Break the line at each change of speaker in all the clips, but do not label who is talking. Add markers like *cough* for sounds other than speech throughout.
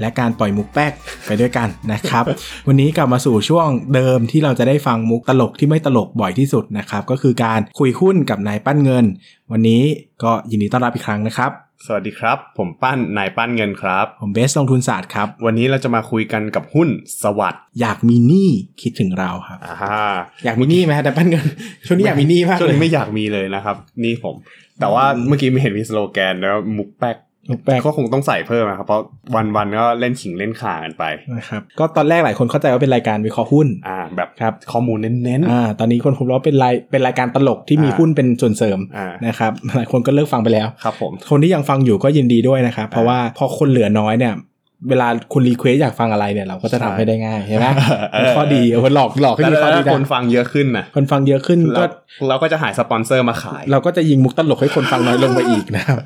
และการปล่อยมุกแป๊กไปด้วยกันนะครับ *laughs* วันนี้กลับมาสู่ช่วงเดิมที่เราจะได้ฟังมุกตลกที่ไม่ตลกบ่อยที่สุดนะครับ ก็คือการคุยหุ้นกับนายปั้นเงิน วันนี้ก็ยินดีต้อนรับอีกครั้งนะครับ
สวัสดีครับ ผมปั้นนายปั้นเงินครับ
ผมเบสลงทุนศาสตร์ครับ
วันนี้เราจะมาคุยกันกับหุ้นสวัสด์
อยากมีหนี้คิดถึงเราครับ
อ่าฮะ
อยากมีหนี้ไหมฮะนายปั้นเงิน *laughs* ช่วงนี้อยากมีหนี้มาก
ช่วง
เลย
นี้ไม่อยากมีเลยนะครับ นี่ผม แต่ว่าเมื่อกี้ไม่เห็นมีสโลแกนแล้วามุกแป๊ก
มุกแป๊ก
ก็คงต้องใส่เพิ่มนะครับเพราะวันวันๆก็เล่นขิงเล่นข่ากันไป
นะครับก็ตอนแรกหลายคนเข้าใจว่าเป็นรายการวิเคราะห์หุ้น
อ่า แบบ
ครับ
ข้อมูลเน้น
อ่าตอนนี้คนผมรู้ว่าเป็นรายเป็นรายการตลกที่มี
อ่า
หุ้นเป็นส่วนเสริม
ๆอ่า
*laughs* นะครับ หลายคนก็เลิกฟังไปแล้ว
ครับผม
คนที่ยังฟังอยู่ก็ยินดีด้วยนะครับ เพราะ
อ่า
ว่าพอคนเหลือน้อยเนี่ย เวลาคุณรีเควสอยากฟังอะไรเนี่ยเราก็จะทำ
ใช่
ให้ได้ง่ายใช่ไหม
*laughs* เออ
เป็นข้อดีเอาไว้หลอกหลอกให้
แต่
มีข้อดี
ถ้า
ได้
คนฟังเยอะขึ้นนะ
คนฟังเยอะขึ้น
เรา
ก็
เราก็จะหาสปอนเซอร์มาขาย
เราก็จะยิงมุกตลกให้คนฟังน้อยลงไปอีก
*laughs*
นะครับ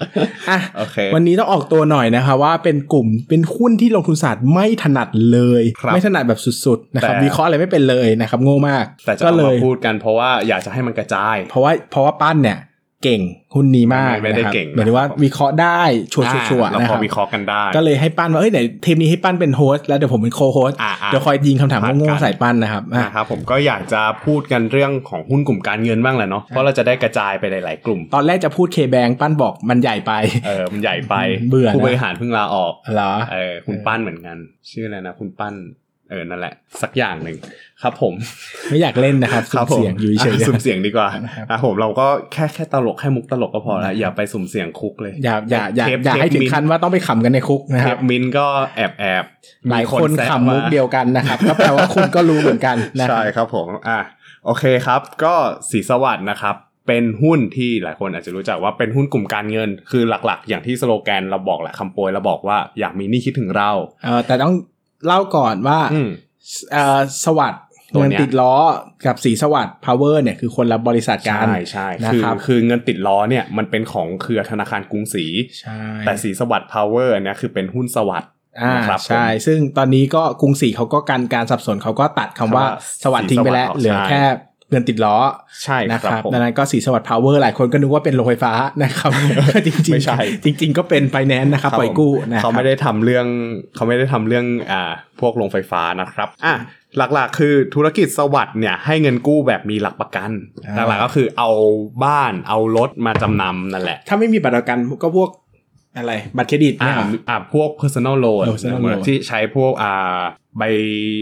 อ่ะ
โอเค
วันนี้ต้องออกตัวหน่อยนะคะว่าเป็นกลุ่มเป็นหุ้นที่ลงทุนศาสตร์ไม่ถนัดเลย
ครับ
ไม่ถนัดแบบสุดๆนะครับ
แต่
วิเคราะห์อะไรไม่เป็นเลยนะครับโง่มาก
แต่จะ
ก็
เอา
เล
มาย พูดกันเพราะว่าอยากจะให้มันกระจาย
เพราะว่าเพราะว่าปั้นเนี่ยเก่งหุ้นนี้มาก
ไม่ไม่ได้
นะครับ
เก่งนะ
หมายถึงว่า
ผม
วิเคราะห์ได้ชัวร์ชัวร์
อ่าเรา
นะ
พ
ค
อ
รับ
วิเคราะห์กันได้
ก็เลยให้ปั้นว่าเอ้ยไหนเทปนี้ให้ปั้นเป็นโฮสต์แล้วเดี๋ยวผมเป็นโคโฮสต์
อ่าๆ
เดี๋ยวคอยยิงคำถามโง่ๆใส่ปั้นนะครับอ่ะ
นะครับผมก็อยากจะพูดกันเรื่องของหุ้นกลุ่มการเงินบ้างแหละเนาะเพราะเราจะได้กระจายไปหลาย ๆ กลุ่ม
ตอนแรกจะพูดเคแบงปั้นบอกมันใหญ่ไป
เออมันใหญ่ไป
เบื่อนะ
ผู้บริหารเพิ่งลาออก
เหรอ
เออคุณ
เออ
ปั้นเหมือนกัน ชื่ออะไรนะคุณปั้นเออนั่นแหละ สักอย่างหนึ่งครับผม
ไม่อยากเล่นนะครับสุ่ม
ผม
เสียงอยู่เฉย
ะ
ๆ
สุ่มเสียงดีกว่า
นะครับ
อ่ะผมเราก็แค่แค่ตลกแค่มุกตลกก็พอแล้วอย่าไปสุ่มเสียงคุกเลย
อย่าอย่าอย่า
เทป
อย่าให้ถึงขั้นว่าต้องไปขำกันในคุกนะค
เท
รับ
ปมินก็แอบแอบมี
หลายคน
แซะ
ขำมุก
า
เดียวกันนะครับ ก็แปลว่าคุณก็รู้เหมือนกันนะค
ใช่
รับ
ครับผม อ่ะ โอเคครับ ก็สีสวัสด์นะครับ เป็นหุ้นที่หลายคนอาจจะรู้จักว่าเป็นหุ้นกลุ่มการเงิน คือหลักๆ อย่างที่สโลแกนเราบอกแหละคำโปรยเราบอกว่าอยากมีหนี่คิดถึงเรา
เออแต่ต้องเล่าก่อนว่า
อืม
เออสวัสด์
ตัว
เงิน
เนี้ย
ติดล้อกับสีสวัสด์พาวเวอร์เนี่ยคือคนละบริษัทกัน
ใช่ใช่
นะ
คือ
ครับ
คือเงินติดล้อเนี่ยมันเป็นของเครือธนาคารกรุงศรี
ใช่
แต่สีสวัสด์พาวเวอร์เนี่ยคือเป็นหุ้นสวัสด์
อ่า
นะครับ
ใช่ ซึ่งตอนนี้ก็กรุงศรีเขาก็การการสับสนเขาก็ตัดคำว่าส
สวั
วัส
สดิ์
ด์ทิ้งไปแล้ว
สีสวัสดิ์
เหลือแค่เงินติดล้อ
ใช่
นะ
ค
ครั
รับบ ผม
ดังนั้นก็สีสวัสด์พาวเวอร์หลายคนก็นึกว่าเป็นโรงไฟฟ้านะครับ จริง
ไม่ใช่
ๆจริง ๆ ก็เป็นไฟแนนซ์นะครับ
ครับ
ปล่อยกู้นะค
เขา
รับ
ไม่ได้ทำเรื่องเขาไม่ได้ทำเรื่องอ่าพวกโรงไฟฟ้านะครับอ่ะหลักๆ คือธุรกิจสวัสด์เนี่ยให้เงินกู้แบบมีหลักประกัน
อ่า
หลักๆก็คือเอาบ้านเอารถมาจำนำนั่นแหละ
ถ้าไม่มีบัตรประกันก็พวกอะไรบัตรเครดิต
อ่า
เนี่ย
อ่าพวก personal loan
personal loan
ที่ใช้พวกอ่าใบ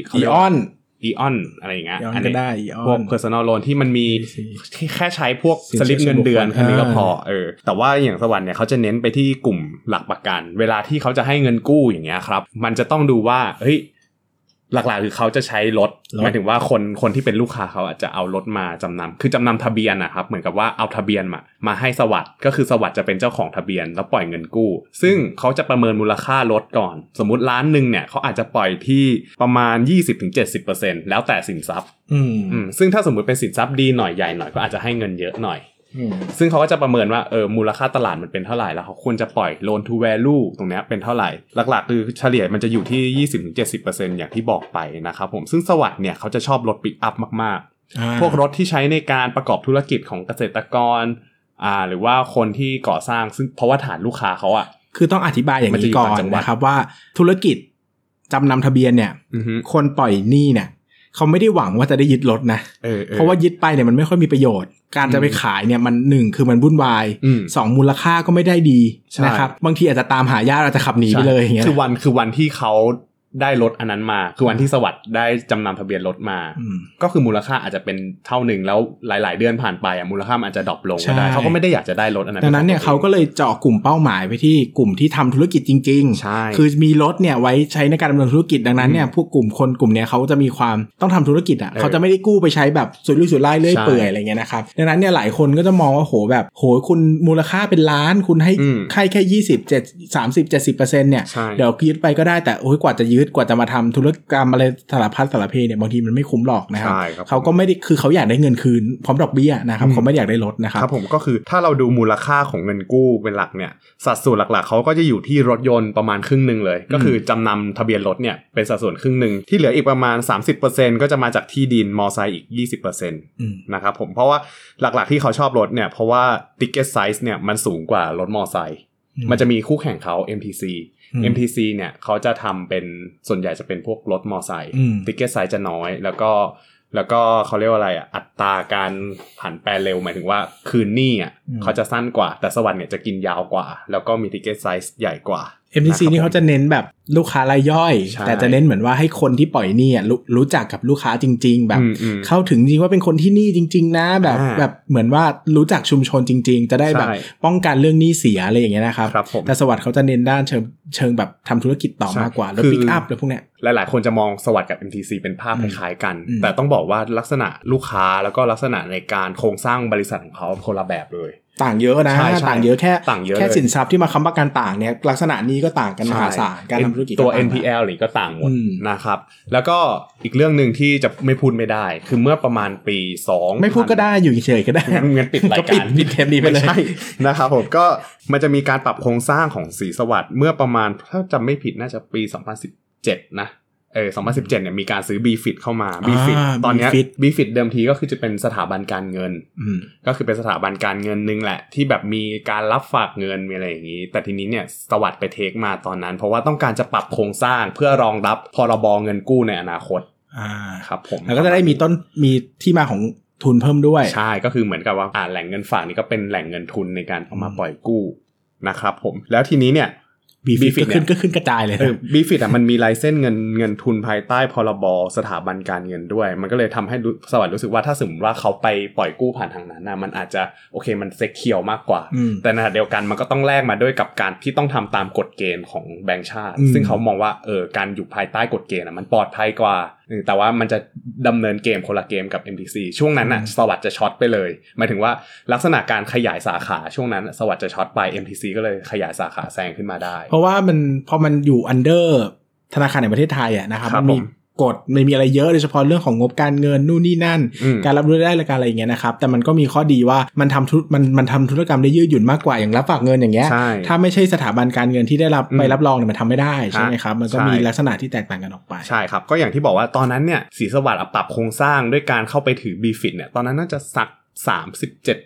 เขา
อี
เรียก
อ
ว่า
อน
อีออนอะไรอย่างเงี้ย
อีออน
อัน
ก็
นี้
ได้อีอ
พว
อก น
personal loan ที่มันมี
EC
ที่แค่ใช้พวก
สิน
ส
เชื่อ
ลิปเงินเดือน
ส่วนบุคคล
แค่นี้ก็
อ่า
พอเออแต่ว่าอย่างสวัสด์เนี่ยเขาจะเน้นไปที่กลุ่มหลักประกัน เวลาที่เขาจะให้เงินกู้อย่างเงี้ยครับ มันจะต้องดูว่าเฮ้ยหลักๆคือเขาจะใช้รถ
รถ
หมายถึงว่าคนคนที่เป็นลูกค้าเขาอาจจะเอารถมาจำนำคือจำนำทะเบียนนะครับ เหมือนกับว่าเอาทะเบียนมามาให้สวัสด์ก็คือสวัสด์จะเป็นเจ้าของทะเบียนแล้วปล่อยเงินกู้ ซึ่งเขาจะประเมินมูลค่ารถก่อน สมมติล้านหนึ่งเนี่ยเขาอาจจะปล่อยที่ประมาณ 20-70%แล้วแต่สินทรัพย์
อืม
อืมซึ่งถ้าสมมติเป็นสินทรัพย์ดีหน่อยใหญ่หน่อยก็อาจจะให้เงินเยอะหน่อย
อืม
ซึ่งเขาก็จะประเมินว่าเออมูลค่าตลาดมันเป็นเท่าไหร่แล้วเขาควรจะปล่อย loan to value ตรงเนี้ยเป็นเท่าไหร่ หลักๆ คือเฉลี่ยมันจะอยู่ที่ 20-70%อย่างที่บอกไปนะครับผมซึ่งสวัสด์เนี่ยเขาจะชอบรถปิกอัพมากๆ พวกรถที่ใช้ในการประกอบธุรกิจของเกษตรกรอ่าหรือว่าคนที่ก่อสร้างซึ่งเพราะว่าฐานลูกค้าเขาอะ
คือต้องอธิบายอย่าง
มันจะ
นี้
อยู่
ก่อน
ต่างจังหวัด
นะครับว่าธุรกิจจำนำทะเบียนเนี่ย
อือฮึ
คนปล่อยหนี้เนี่ยเขาไม่ได้หวังว่าจะได้ยึดรถนะ
เออออ
เพราะว่ายึดไปเนี่ยมันไม่ค่อยมีประโยชน์ การจะไปขายเนี่ยมันหนึ่งคือมันวุ่นวาย
อืม
สองมูลค่าก็ไม่ได้ดี
ใช่
นะครับบางทีอาจจะตามหาญาติอาจจะขับหนีไปเลยอย่างเงี้ย
คือวันคือวันที่เขาได้รถอันนั้นมา คือวันที่สวัสด์ได้จำนำทะเบียนรถมา
อืม
ก็คือมูลค่าอาจจะเป็นเท่าหนึ่งแล้วหลาย ๆ เดือนผ่านไปอ่ะมูลค่ามันอาจจะดรอปลงก็ได้
ใช่
เขาก็ไม่ได้อยากจะได้รถอันนั้น
ดังนั้นเนี่ยเขาก็เลยเจาะกลุ่มเป้าหมายไปที่กลุ่มที่ทำธุรกิจจริง ๆ
ใช่
คือมีรถเนี่ยไว้ใช้ในการดำเนินธุรกิจดังนั้นเนี่ยพวกกลุ่มคนกลุ่มเนี้ยเขาจะมีความต้องทำธุรกิจอ่ะ
เออ
เขาจะไม่ได้กู้ไปใช้แบบสุดลุยสุดไล่เลื่อย
ใช่
เปื่อยอะไรเงี้ยนะครับดังนั้นเนี่ยหลายคนก็จะมองว่าโหแบบโหคุณมูลค่าเป็นล้านคุณให้
อืม
ค่าแค่ยี่สิบเจ็ดสามสิบเจ็ดสิบเปอร์เซ็นต์เนี่ย
ใช่
เดี๋ยวยึดไปก็ได้แต่โอ้ยกว่าจะยึด ดกว่าจะมาทำธุรกรรมอะไรสารพัดสารเพเนี่ยบางทีมันไม่คุ้มหรอกนะครับ
ใช่ครับ
เขาก็ไม่ได้คือเขาอยากได้เงินคืนพร้อมดอกเบี้ยนะครับ
อืม
เขาไม่ได้อยากได้ลดนะครับ
ครับผมก็คือถ้าเราดูมูลค่าของเงินกู้เป็นหลักเนี่ยสัดส่วนหลักๆเขาก็จะอยู่ที่รถยนต์ประมาณครึ่งหนึ่งเลย ก็คือจำนำทะเบียนรถเนี่ยเป็นสัดส่วนครึ่งหนึ่งที่เหลืออีกประมาณ 30%ก็จะมาจากที่ดินมอไซค์อีก 20%
อืม
นะครับผมเพราะว่าหลักๆที่เขาชอบรถเนี่ยเพราะว่าติเกตไซส์เนี่ยมันสูงกว่ารถมอไซค์มันจะมีคู่แข่งเขา MTC
อืม
MTC เนี่ยเขาจะทำเป็นส่วนใหญ่จะเป็นพวกรถมอไซค์
อืม
ติเกตไซส์จะน้อย แล้วก็แล้วก็เขาเรียกว่าอะไรอ่ะอัตราการผันแปรเร็วหมายถึงว่าคืนหนี้อ่ะ
อืม
เขาจะสั้นกว่า แต่สวรรค์เนี่ยจะกินยาวกว่า แล้วก็มีติเกตไซส์ใหญ่กว่า
MTC
นะครับ
นี่เขาจะเน้นแบบลูกค้ารายย่อย
ใช่
แต่จะเน้นเหมือนว่าให้คนที่ปล่อยหนี้อ่ะรู้รู้จักกับลูกค้าจริง ๆ แบบ
อืมอืม
เข้าถึงจริงว่าเป็นคนที่นี่จริง ๆ นะ แบบ
อ่า
แบบเหมือนว่ารู้จักชุมชนจริง ๆ จะได้แบบ
ใช่
ป้องกันเรื่องหนี้เสียอะไรอย่างเงี้ยนะครับ
ครับผม
แต่สวัสด์เขาจะเน้นด้านเชิงเชิงแบบทำธุรกิจต่อ
ใช่
มากกว่า รถ
คือ
ปิกอัพหรือพวกเนี้ย
หลายๆ คนจะมองสวัสด์กับ MTC เป็นภาพ
อืม
คล้ายๆกัน
อืม
แต่ต้องบอกว่าลักษณะลูกค้าแล้วก็ลักษณะในการโครงสร้างบริษัทของเขาคนละแบบเลย
ต่างเยอะนะ
ใช่ใช่
ต่างเยอะแค่
ต่างเยอะ
แค่
เลย
สินทรัพย์ที่มาค้ำประกันต่างเนี่ยลักษณะนี้ก็ต่างกันมหาศาลการทำธุรกิจ
ตัว
ก็าง
NPL นี่ก็ต่างหมด
อืม
นะครับ แล้วก็อีกเรื่องหนึ่งที่จะไม่พูดไม่ได้ คือเมื่อประมาณปี2
ไม่พูดก็ได้อยู่เฉยๆก็ได้
งั้นงั้นปิดรายการ
ปิดปิด *laughs* เทปนี้ไปเลย
ม่ใช่นะครับผมก็มันจะมีการปรับโครงสร้างของสีสวัสด์เมื่อประมาณถ้าจำไม่ผิดน่าจะปี 2017 นะเออ2017เนี่ยมีการซื้อ BFIT เข้ามา BFIT
อ่า
ตอนเนี้ย
BFIT
BFIT เดิมทีก็คือจะเป็นสถาบันการเงิน
อืม
ก็คือเป็นสถาบันการเงินหนึงแหละ ที่แบบมีการรับฝากเงินมีอะไรอย่างนี้ แต่ทีนี้เนี่ยสวัสด์ไปเทคมาตอนนั้น เพราะว่าต้องการจะปรับโครงสร้างเพื่อรองรับพรบเงินกู้ในอนาคต
อ่า
ครับผม
แล้วก็จะได้มีต้นมีที่มาของทุนเพิ่มด้วย
ใช่ก็คือเหมือนกับว่าอ่าแหล่งเงินฝากนี่ก็เป็นแหล่งเงินทุนในการเอามา
อืม
ปล่อยกู้นะครับผมแล้วทีนี้เนี่ย
บีฟิ
BFIT
ก็ขึ้น
เนี่ย
ก็ขึ้นกระจายเลยนะ
บีฟิตอ่ะมันมีลายเส้นเงินเงินทุนภายใต้พรบสถาบันการเงินด้วย มันก็เลยทำให้รู้สวัสด์รู้สึกว่าถ้าสมมติว่าเขาไปปล่อยกู้ผ่านทางนั้นนะมันอาจจะโอเคมันเซ็กเคียวมากกว่า
อืม
แต่ในขณะเดียวกันมันก็ต้องแลกมาด้วยกับการที่ต้องทำตามกฎเกณฑ์ของแบงก์ชาติ
อืม
ซึ่งเขามองว่าเออการอยู่ภายใต้กฎเกณฑ์อ่ะมันปลอดภัยกว่าเออแต่ว่ามันจะดำเนินเกมคนละเกมกับ MTC ช่วงนั้นอ่ะสวัสด์จะช็อตไปเลยหมายถึงว่าลักษณะการขยายสาขาช่วงนั้นสวัสด์จะช็อตไป MTC ก็เลยขยายสาขาแซงขึ้นมาได้
เพราะว่ามันพอมันอยู่อันเดอร์ธนาคารแห่งประเทศไทยอะนะครับ
ครั
มั
บ
นมี
ผม
กฎมันมีอะไรเยอะโดยเฉพาะเรื่องของงบการเงินนู่นนี่นั่น
อืม
การรับรู้ได้และการอะไรอย่างเงี้ยนะครับแต่มันก็มีข้อดีว่ามันทำธุรมันมันทำธุรกรรมได้ยืดหยุ่นมากกว่าอย่างรับฝากเงินอย่างเงี้ย
ใช่
ถ้าไม่ใช่สถาบันการเงินที่ได้รับ
อืม
ไปรับรองเนี่ยมันทำไม่ได้ใช่ไหมครับมันก็มี
ใช่
ลักษณะที่แตกต่างกันออกไป
ใช่ครับ ก็อย่างที่บอกว่าตอนนั้นเนี่ยสีสวัสดิ์อะปรับโครงสร้างด้วยการเข้าไปถือ b f i t เนี่ยตอนนั้นน่าจะสัก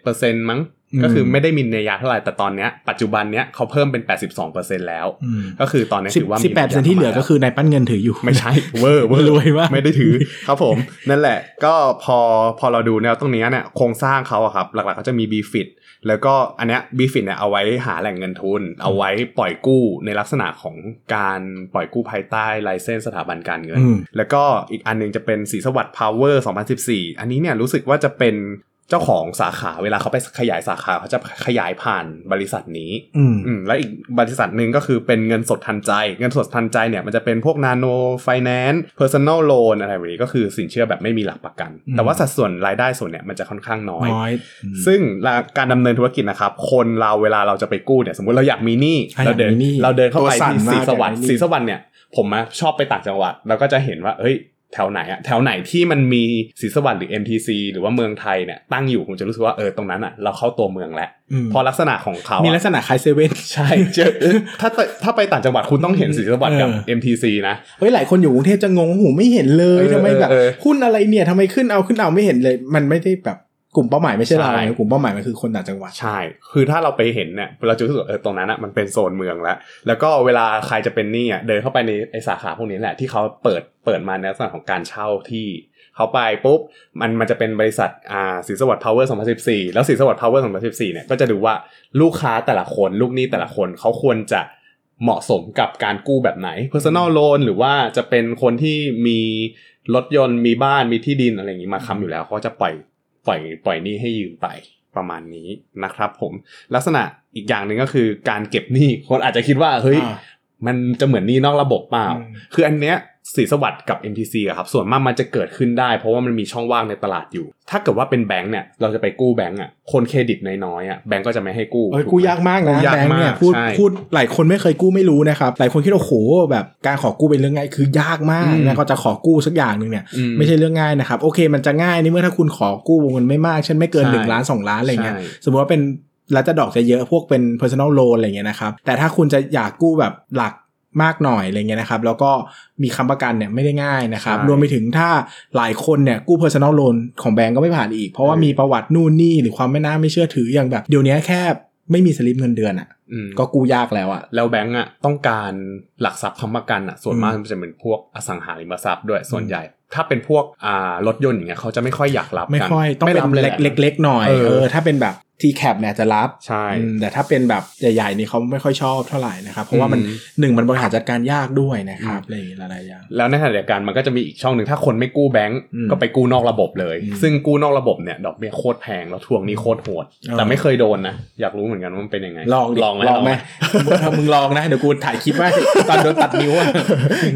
37%มั้ง
อืม
ก็คือไม่ได้มีนัยยะเท่าไหร่แต่ตอนเนี้ยปัจจุบันเนี้ยเขาเพิ่มเป็น 82%แล้ว
อืม
ก็คือตอนนี้
สิบ
ถือว่ามี
สิบแปดเปอร์เซ็นต์ที่เหลือก็คือนายปั้นเงินถืออยู่
ไม่ใช่ เวอร์เวอร์
รวยมาก
ไม่ได้ถือ ครับผม นั่นแหละ ก็พอพอเราดูแนวตรงเนี้ยเนี่ยโครงสร้างเขาอะครับ หลักๆเขาจะมี b f i t แล้วก็อันเนี้ย b f i t เนี่ยเอาไว้หาแหล่งเงินทุน เอาไว้ปล่อยกู้ในลักษณะของการปล่อยกู้ภายใต้ไลเซนสถาบันการเงิน
อืม
แล้วก็อีกอันหนึงจะเป็นสีสวัสดิ์ power 2014 อันนี้เนี่ยรู้สึกว่าจะเป็นเจ้าของสาขาเวลาเขาไปขยายสาขาเขาจะขยายผ่านบริษัทนี้
อืม
อืมและอีกบริษัทหนึ่งก็คือเป็นเงินสดทันใจ เงินสดทันใจเนี่ยมันจะเป็นพวก nano finance personal loan อะไรแบบนี้ก็คือสินเชื่อแบบไม่มีหลักประกัน แต่ว่าสัดส่วนรายได้ส่วนเนี่ยมันจะค่อนข้างน้อย
น้อยอืม
ซึ่งการดำเนินธุรกิจนะครับ คนเราเวลาเราจะไปกู้เนี่ยสมมติเราอยากมีหนี้
อ่ะ
เราเดิน
อยากมีหนี้
เราเดินเข้า
ตัว
ไป
สั่น
ที่
มาก
สีสวัสดิ์
อยากมีหนี้
สีสวัสดิ์เนี่ยผมอะชอบไปต่างจังหวัด เราก็จะเห็นว่าเฮ้ยแถวไหนอะแถวไหนที่มันมีสีสวัสดิ์หรือ MTC หรือว่าเมืองไทยเนี่ยตั้งอยู่ผมจะรู้สึกว่าเออตรงนั้นอะเราเข้าตัวเมืองแล้ว
อืม
เพอลักษณะของเขา
มี
อะ
ลักษณะคล้ายเซเว่น *laughs*
ใช่เจอถ้าถ้าถ้าไปต่างจังหวัดคุณต้องเห็นสีสวัสดิ์กับ
เออ
MTC นะ
เฮ้ยหลายคนอยู่กรุงเทพจะงงหูไม่เห็นเลย
เออ
ทำไมแบบ
เออเออ
หุ้นอะไรเนี่ยทำไมขึ้นเอาขึ้นเอาไม่เห็นเลย มันไม่ได้แบบกลุ่มเป้าหมายไม่ใช่เรา
ใช่
ไงกลุ่มเป้าหมายมันคือคนต่างจังหวัด
ใช่ คือถ้าเราไปเห็นเนี่ยเราจะรู้สึกว่าเออตรงนั้นอะมันเป็นโซนเมืองแล้ว แล้วก็เวลาใครจะเป็นหนี้อะเดินเข้าไปในไอสาขาพวกนี้แหละที่เขาเปิดเปิดมาในลักษณะของการเช่าที่เขาไปปุ๊บมันมันจะเป็นบริษัทอ่าสีสวัสดิ์พาวเวอร์2014 แล้วสีสวัสดิ์พาวเวอร์2014เนี่ยก็จะดูว่าลูกค้าแต่ละคนลูกหนี้แต่ละคนเขาควรจะเหมาะสมกับการกู้แบบไหน personal loan หรือว่าจะเป็นคนที่มีรถยนต์มีบ้านมีที่ดินอะไรอย่างนี้มาค้ำอยู่แล้วเขาก็จะปล่อย ปล่อยปล่อยหนี้ให้ยืมไปประมาณนี้นะครับผมลักษณะอีกอย่างหนึ่งก็คือการเก็บหนี้คนอาจจะคิดว่าเฮ้ย
อ่า
มันจะเหมือนหนี้นอกระบบเปล่า
อืม
คืออันเนี้ย สีสวัสด์กับ MTC อะครับส่วนมากมันจะเกิดขึ้นได้ เพราะว่ามันมีช่องว่างในตลาดอยู่ ถ้าเกิดว่าเป็นแบงก์เนี่ยเราจะไปกู้แบงก์อ่ะคนเครดิตน้อยๆอ่ะแบงก์ก็จะไม่ให้กู้
เอ้ย
ถูไหม
กู้ยากมากนะ
กู้ยาก
แบงค์เนี่ย
มาก
พูด
ใช่
พูดหลายคนไม่เคยกู้ไม่รู้นะครับหลายคนคิดว่าโอ้โหแบบการขอกู้เป็นเรื่องง่ายคือยากมาก
อืม
นะก็จะขอกู้สักอย่างหนึ่งเนี่ย
อื
ไม่ใช่เรื่องง่ายนะครับ โอเคมันจะง่ายในเมื่อถ้าคุณขอกู้วงเงินไม่มาก เช่นไม่เกิน
ใช่
1 ล้าน 2 ล้านอะไรเงี้ย
ใช่
สมมติว่าเป็นแล้วจะดอกจะเยอะพวกเป็น personal loan อะไรเงี้ยนะครับ แต่ถ้าคุณจะอยากกู้แบบหลักมากหน่อยอะไรเงี้ยนะครับ แล้วก็มีคำประกันเนี่ยไม่ได้ง่ายนะครับ
ใช่
รวมไปถึงถ้าหลายคนเนี่ยกู้ personal loan ของแบงก์ก็ไม่ผ่านอีก เพราะว่า
อืม
มีประวัตินู่นนี่หรือความไม่น่าไม่เชื่อถืออย่างแบบเดี๋ยวนี้แค่ไม่มีสลิปเงินเดือนอ่ะ
อืม
ก็กู้ยากแล้วอ่ะ
แล้วแบงก์อ่ะต้องการหลักทรัพย์ค้ำประกันอ่ะส่วนมาก
อืม
มันจะเป็นพวกอสังหาริมทรัพย์ด้วยส่วน
อืม
ใหญ่ ถ้าเป็นพวกอ่ารถยนต์อย่างเงี้ยเขาจะไม่ค่อยอยากรับ
ไม่
กัน
ค่อยต้องเป็น
รับเลยแห
เล็
ละ
กเล็กๆหน่อย
เออ
เออถ้าเป็นแบบทีแคปเนี่ยจะรับ
ใช่
อืมแต่ถ้าเป็นแบบใหญ่ๆนี่เขาไม่ค่อยชอบเท่าไหร่นะครับเพราะว่ามัน
อืม
หนึ่งมันบริหารจัดการยากด้วยนะครับอะไรอย่างเงี้ยหลายๆอย่าง
แล้วในขณะเดียวกันมันก็จะมีอีกช่องหนึ่งถ้าคนไม่กู้แบงก์
อืม
ก็ไปกู้นอกระบบเลย
อืม
ซึ่งกู้นอกระบบเนี่ยดอกเบี้ยโคตรแพงแล้วทวงหนี้โคตรโหด
เออ
แต่ไม่เคยโดนนะอยากรู้เหมือนกันว่ามันเป็นยังไง
ลองดิ
ลองไหม
ลองไหม
ล
มึงมึงลองนะเดี๋ยวกูถ่ายคลิปไว้ตอนโดนตัดนิ้วอะ
องไหม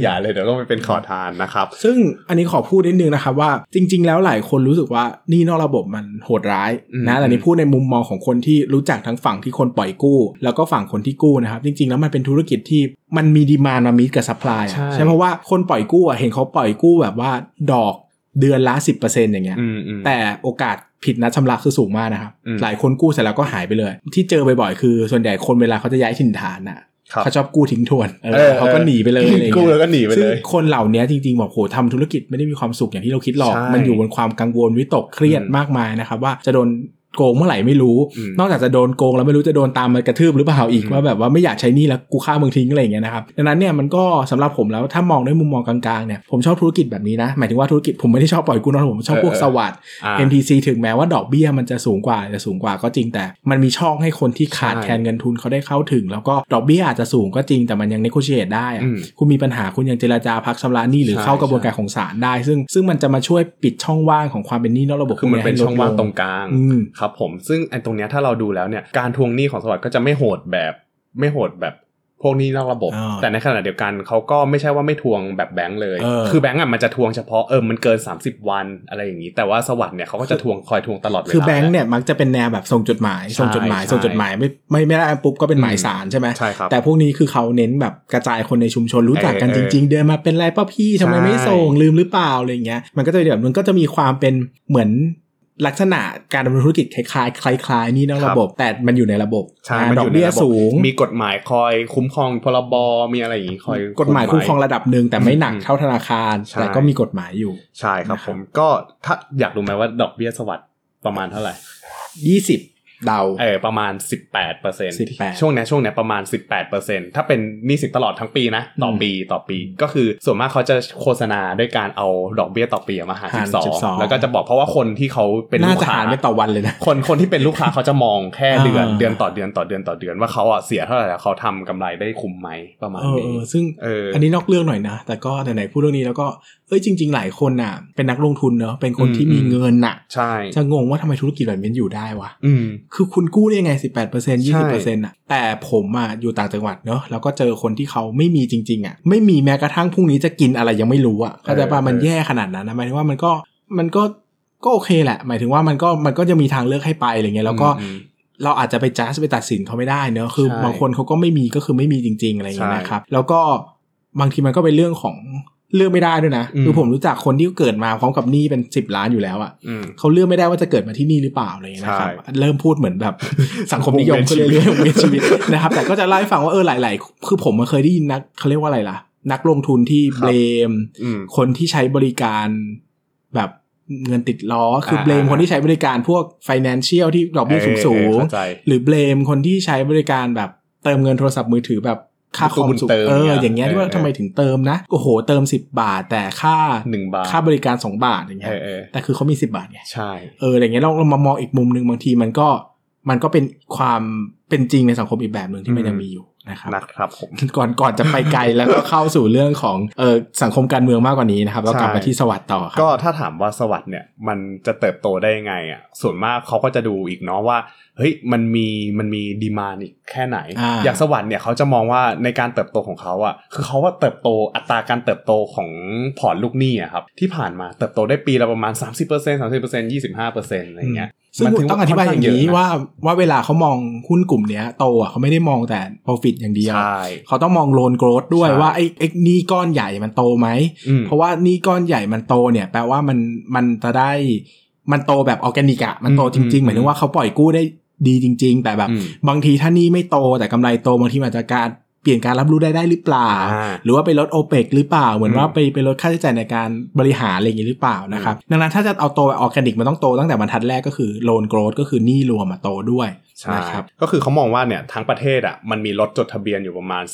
อย่าเลยเดี๋ยวต้องไปเป็นขอทานนะครับ
ซึ่งอันนี้ขอพูดนิดนึงนะครับว่าจริง ๆ แล้วหลายคนรู้สึกว่าหนี่นอกระบบมันโหดร้าย
อืม
นะแต่อันนี้พูดในมุมมองของคนที่รู้จักทั้งฝั่งที่คนปล่อยกู้ แล้วก็ฝั่งคนที่กู้นะครับ จริง ๆ แล้วมันเป็นธุรกิจที่มันมีดีมานมามีกับซัพพลาย
ใช่
ใช่เพราะว่าคนปล่อยกู้อะเห็นเขาปล่อยกู้แบบว่าดอกเดือนละ10%อย่างเงี้ย
อืมอืม
แต่โอกาสผิดนัดชำระคือสูงมากนะครับ
อืม
หลายคนกู้เสร็จแล้วก็หายไปเลย ที่เจอบ่อยๆคือส่วนใหญ่คนเวลาเขาจะย้ายถิ่นฐานน่ะ
ครับ
เขาชอบกู้ทิ้งทวนเออ
เออ
เขาก็หนีไปเลยอะไรอย่าง
กู้
เงี้
แล้ว
ย
ก็หนีไป
ซึ่ง
เลย
คนเหล่านี้จริงๆบอกโหทำธุรกิจไม่ได้มีความสุขอย่างที่เราคิดหรอก
ใช่
มันอยู่บนความกังวลวิตกเครียด
อืม
มากมายนะครับว่าจะโดนโกงเมื่อไหร่ไม่รู้
อืม
นอกจากจะโดนโกงแล้วไม่รู้จะโดนตามมากระทืบหรือเปล่าอีก
อืม
ว่าแบบว่าไม่อยากใช้หนี่แล้วกูฆ่ามึงทิ้งอะไรอย่างเงี้ยนะครับดังนั้นเนี่ยมันก็สำหรับผมแล้วถ้ามองด้วยมุมมองกลางๆเนี่ยผมชอบธุรกิจแบบนี้นะหมายถึงว่าธุรกิจผมไม่ได้ชอบปล่อยกู้นอกระบบผมชอบพวกสวัสด
อ่า
MTC ถึงแม้ว่าดอกเบี้ยมันจะสูงกว่าจะสูงกว่าก็จริงแต่ มันมีช่องให้คนที่ขาด
ใช่
แคลนเงินทุนเขาได้เข้าถึง แล้วก็ดอกเบี้ยอาจจะสูงก็จริงแต่มันยังเนโคเชตได้อะ
อืม
คุณมีปัญหาคุณยังเจรจาพักชำระหนี้หรือ
ใช่
เข้ากระบวนการของศาลได้ ซึ่งซึ่งมันจะมาช่วยปิดช่องว่างของความเป็นหนี้นอกระบบ
คือมันเป็นช่องว่างตรงกลาง
อืม
ครับผมซึ่งไอ้ตรงเนี้ยถ้าเราดูแล้วเนี่ยการทวงหนี้ของสวัสด์ก็จะไม่โหดแบบไม่โหดแบบพวกหนี้นอกระบบ
อ่า
แต่ในขณะเดียวกันเขาก็ไม่ใช่ว่าไม่ทวงแบบแบงก์เลย
เออ
คือแบงก์อ่ะมันจะทวงเฉพาะเออมันเกิน 30 วันอะไรอย่างนี้แต่ว่าสวัสด์เนี่ยเขาก็จะทวงคอยทวงตลอดเวลา
คือแบงค์เนี่ยมักจะเป็นแนวแบบส่งจดหมาย
ใช่
ส่งจดหมาย
ใช่
ส่งจดหมายไม่ไม่ไม่ได้ปุ๊บก็เป็นหมาย
อืม
สารใช่ไหม
ใช่ครับ
แต่พวกนี้คือเขาเน้นแบบกระจายคนในชุมชนรู้จักกัน
เออ
จ
เออ
ริง ๆ เดินมาเป็นไรป้าพี่ทำไม
ใช่
ไม่ส่งลืมหรือเปล่าอะไรเงี้ยมันก็จะแบบมันก็จะมีความเป็นเหมือนลักษณะการดำเนินธุรกิจคล้ายๆคล้ายๆนี่นอก
ครับ
ระบบ แต่มันอยู่ในระบบ
ใช่
อ่า
มัน
ดอ
อก ยู่ใน
เบี้ย
ระบบ
สูง
มีกฎหมายคอยคุ้มครองพรบมีอะไรอย่างนี้คอย
กฎหมายคุ้มครองระดับหนึ่งแต่ไม่หนัก
อืม
เท่าธนาคาร
ใช่
แต่ก็มีกฎหมายอยู่
ใช่ครับ
นะครับ
ผมก็ถ้าอยากรู้ไหมว่าดอกเบี้ยสวัสด์ประมาณเท่าไหร่
20 เดา
เออประมาณ 18%
18
ช่วงเนี้ยช่วงเนี้ยประมาณ 18%ถ้าเป็นหนี้สินตลอดทั้งปีนะ ต่ออ
ม
ปีต่อปี ก็คือส่วนมากเขาจะโฆษณาด้วยการเอาดอกเบี้ยต่อปีมาหาร
หาร
12
12
แล้วก็จะบอกเพราะว่าคนที่เขาเป็น
น่า
ลูก
จะ
ค้า
หารไม่ต่อวันเลยนะ
คนคนที่เป็นลูกค้าเขาจะมองแค่
อ่า
เดือนเดือนต่อเดือนต่อเดือนต่อเดือนว่าเขาอ่ะเสียเท่าไหร่แล้วเขาทำกำไรได้คุ้มไหมประมาณ
เออ
นี้
เออซึ่ง
เอออั
อันนี้นอกเรื่องหน่อยนะ แต่ก็ไหนๆพูดเรื่องนี้แล้วก็เอ้ยจริง ๆ หลายคนน่ะ เป็นนักลงทุนเนอะเป็นคนที่มีเงินน่ะ
ใช่
จะงงว่าทำไมธุรกิจแบบนี้อยู่ได้วะ
อืม
คือคุณกู้ได้ยังไง 18%
ใช่
20%น่ะ แต่ผมอ่ะอยู่ต่างจังหวัดเนอะแล้วก็เจอคนที่เขาไม่มีจริง ๆอ่ะ ไม่มีแม้กระทั่งพรุ่งนี้จะกินอะไรยังไม่รู้อ่ะเข้าใจป่ะมันแย่ขนาดนั้นนะหมายถึงว่ามันก็มันก็ก็โอเคแหละ หมายถึงว่ามันก็มันก็จะมีทางเลือกให้ไปอะไรเงี้ยแล้วก็
อืม
เราอาจจะไปจ้าไปตัดสินเขาไม่ได้เนอะคือ
ใช่
บางคนเขาก็ไม่มีก็คือไม่มีจริง ๆ อะไรอย่างเงี้ย
ใช่
นะครับ แล้วก็บางทีมันก็เป็นเรื่องของเลือกไม่ได้ด้วยนะ
อืม
คือผมรู้จักคนที่เกิดมาพร้อมกับหนี้เป็น 10 ล้านอยู่แล้วอะ่ะ
อืม
เขาเลือกไม่ได้ว่าจะเกิดมาที่นี่หรือเปล่าอะไรอย่างเงี้ยนะครับ
ใช่
เริ่มพูดเหมือน
*laughs*
แบบ สังคมนิยม
วงเวี
ขึ้น
ยน
เรื่อยๆวง
ชีวิต
เวียนชีวิตนะครับ แต่ก็จะเล่าให้ฟังว่าเออหลาย ๆ คือผมมันเคยได้ยินนักเขาเรียกว่าอะไรล่ะ นักลงทุนที่เบลม
อืม
คนที่ใช้บริการแบบเงินติดล้อคือ
อ่า
เบลม
อ่า
คนที่ใช้บริการพวก financial ที่ดอกเบี้ยสูงสู
เออง เข้าใจ
หรือเบลมคนที่ใช้บริการแบบเติมเงินโทรศัพท์มือถือแบบค่าคอมสูง
เติม
เออ
เนี่ย
อย่างเงี้ยที่ว่า
เออ
ทำไมถึงเติมนะโอ้โหเติม 10 บาท แต่ค่า
หนึ่งบาท
ค่าบริการ 2 บาทอย่างเงี้
เอย อเออ
แต่คือเขามี 10 บาทไง
ใช่
เอออย่างเงี้ยเราเรามามองอีกมุมหนึ่งบางทีมันก็มันก็เป็นความเป็นจริงในสังคมอีกแบบหนึ่งที่มันยังมีอยู่ นะครับ
นะครับผม
ก่อนก่อนจะไปไกลแล้วก็เข้าสู่เรื่องของเออสังคมการเมืองมากกว่านี้นะครับ แล้วกลับมาที่สวัสด์ต่อครับ
ก็ถ้าถามว่าสวัสด์เนี่ยมันจะเติบโตได้ยังไงอ่ะส่วนมากเขาก็จะดูอีกเนาะว่าเฮ้ยมันมีมันมีดีมานอีกแค่ไหน
อ่า
ย่างสวัสด์เนี่ยเขาจะมองว่าในการเติบโตของเขาอ่ะคือเขาว่าเติบโตอัตราการเติบโตของพอร์ตลูกหนี้อ่ะครับที่ผ่านมาเติบโตได้ปีละประมาณ 30% 30% 25%อะไรเงี้ย
ซึ่ง
มัน
ต้องอธิบายอย่างนี้
ค่ข้
ว่าว่าเวลาเขามองหุ้นกลุ่มเนี้ยโตอ่ะเขาไม่ได้มองแต่ profit อย่างเดียว
ใช่
เขาต้องมองโลนโกรดด้วย
ใช่
ว่าไอ้ไอ้หนี่ก้อนใหญ่มันโตไหม
อืม
เพราะว่าหนี่ก้อนใหญ่มันโตเนี่ยแปลว่ามันมันจะได้มันโตแบบออร์แกนิกอะมันโต
อืม
จริงๆ
อืม
หมายถึงว่าเขาปล่อยกู้ได้ดีจริง ๆ แต่แบบ
อืม
บางทีถ้าหนี่ไม่โตแต่กำไรโตบางทีมันอาจจะการเปลี่ยนการรับรู้ได้ได้หรือเปล่า
อ่า
หรือว่าไปลดโอเปกหรือเปล่า เหมือน
อืม
ว่าไปไปลดค่าใช้จ่ายในการบริหารอะไรอย่างนี้หรือเปล่านะครับ ดังนั้นถ้าจะเอาโตแบบออร์แกนิกมันต้องโตตั้งแต่บรรทัดแรกก็คือโลนโกรดก็คือหนี้รวมมาโตด้วย
ใช่
นะครับ
ก็คือเขามองว่าเนี่ยทั้งประเทศอ่ะมันมีรถจดทะเบียนอยู่ประมาณ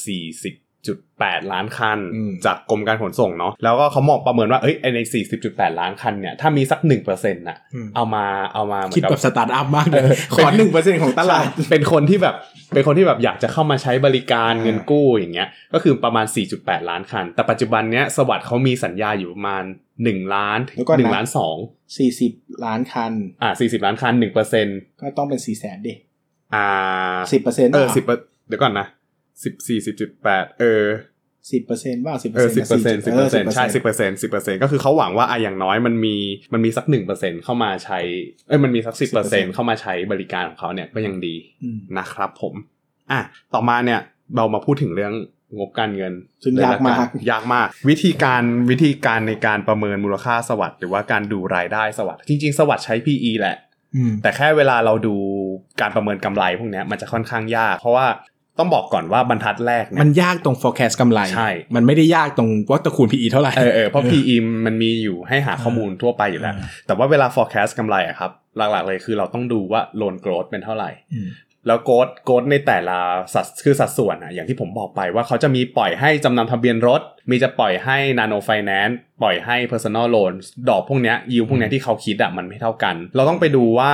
40.8 ล้านคัน
อืม
จากกรมการขนส่งเนาะแล้วก็เขามองประเมินว่าเอ้ยไอ้ใน 40.8 ล้านคันเนี่ยถ้ามีสัก 1%น่ะเอามาเอามาเหมือน
คิด
กั
แบบสตาร์ทอัพมากเลย ข
ป็
อหนึ่งเปอร์เซ็นของตลาด
ใช่เป็นคนที่แบบเป็นคนที่แบบอยากจะเข้ามาใช้บริการ
อ่า
เงินกู้อย่างเงี้ยก็คือประมาณ 4.8 ล้านคัน แต่ปัจจุบันเนี้ยสวัสด์เขามีสัญญาอยู่ประมาณ 1 ล้านถึง1ล้าน2
สี่สิบล้านคัน
อ่า40 ล้านคัน1%
ก็ต้องเป็นสี่แสนดิ
อ่า
สิบเปอร์เซ็นต์
เออสิบเดี๋ยวก่อนนะสิบสี่สิบจุดแปดเออ
สิบเปอร์เซ็นต์ว่าสิบเปอ
เออ
ร์
สิบเปอร์เซ็นต์สิบเปอร์เซ็นต์ใช่สิบเปอร์เซ็นต์สิบเปอร์เซ็นต์ก็คือเขาหวังว่าอะอย่างน้อยมันมีมันมีสักหนึ่งเปอร์เซ็นต์เข้ามาใช้เอ้ยมันมีสักสิบเปอร์เซ็นต์เข้ามาใช้บริการของเขาเนี่ยก็ยังดีนะครับผม อ่ะ ต่อมาเนี่ยเรามาพูดถึงเรื่องงบการเงิน
ซึ่
เลย
งาก
ละน
มาก
ยากมาก วิธีการวิธีการในการประเมินมูลค่าสวัสด์หรือว่าการดูรายได้สวัสด์จริง ๆ สวัสด์ใช้ PE แหละ
อืม
แต่แค่เวลาเราดูการประเมินกำไรพวกเนี้ยมันจะค่อนข้างยาก เพราะว่าต้องบอกก่อนว่าบรรทัดแรกเย
มันยากตรง forecast กำไร
ใช่
มันไม่ได้ยากตรงว่าตระคูณ PE เท่าไหร่
เออเออเพราะ PE มันมีอยู่ให้หาข้อมูลทั่วไปอยู่แล้ว
อ่า
แต่ว่าเวลา forecast กำไรอะครับ หลักๆเลยคือเราต้องดูว่า loan growth เป็นเท่าไหร่
อืม
แล้วโกดโกดในแต่ละสัดคือสัดส่วนอะอย่างที่ผมบอกไปว่าเขาจะมีปล่อยให้จำนำทะเบียนรถ มีจะปล่อยให้ Nano Finance ปล่อยให้ Personal Loan ดอกพวกเนี้ยยิวพวกเนี้ยที่เขาคิดอะมันไม่เท่ากัน เราต้องไปดูว่า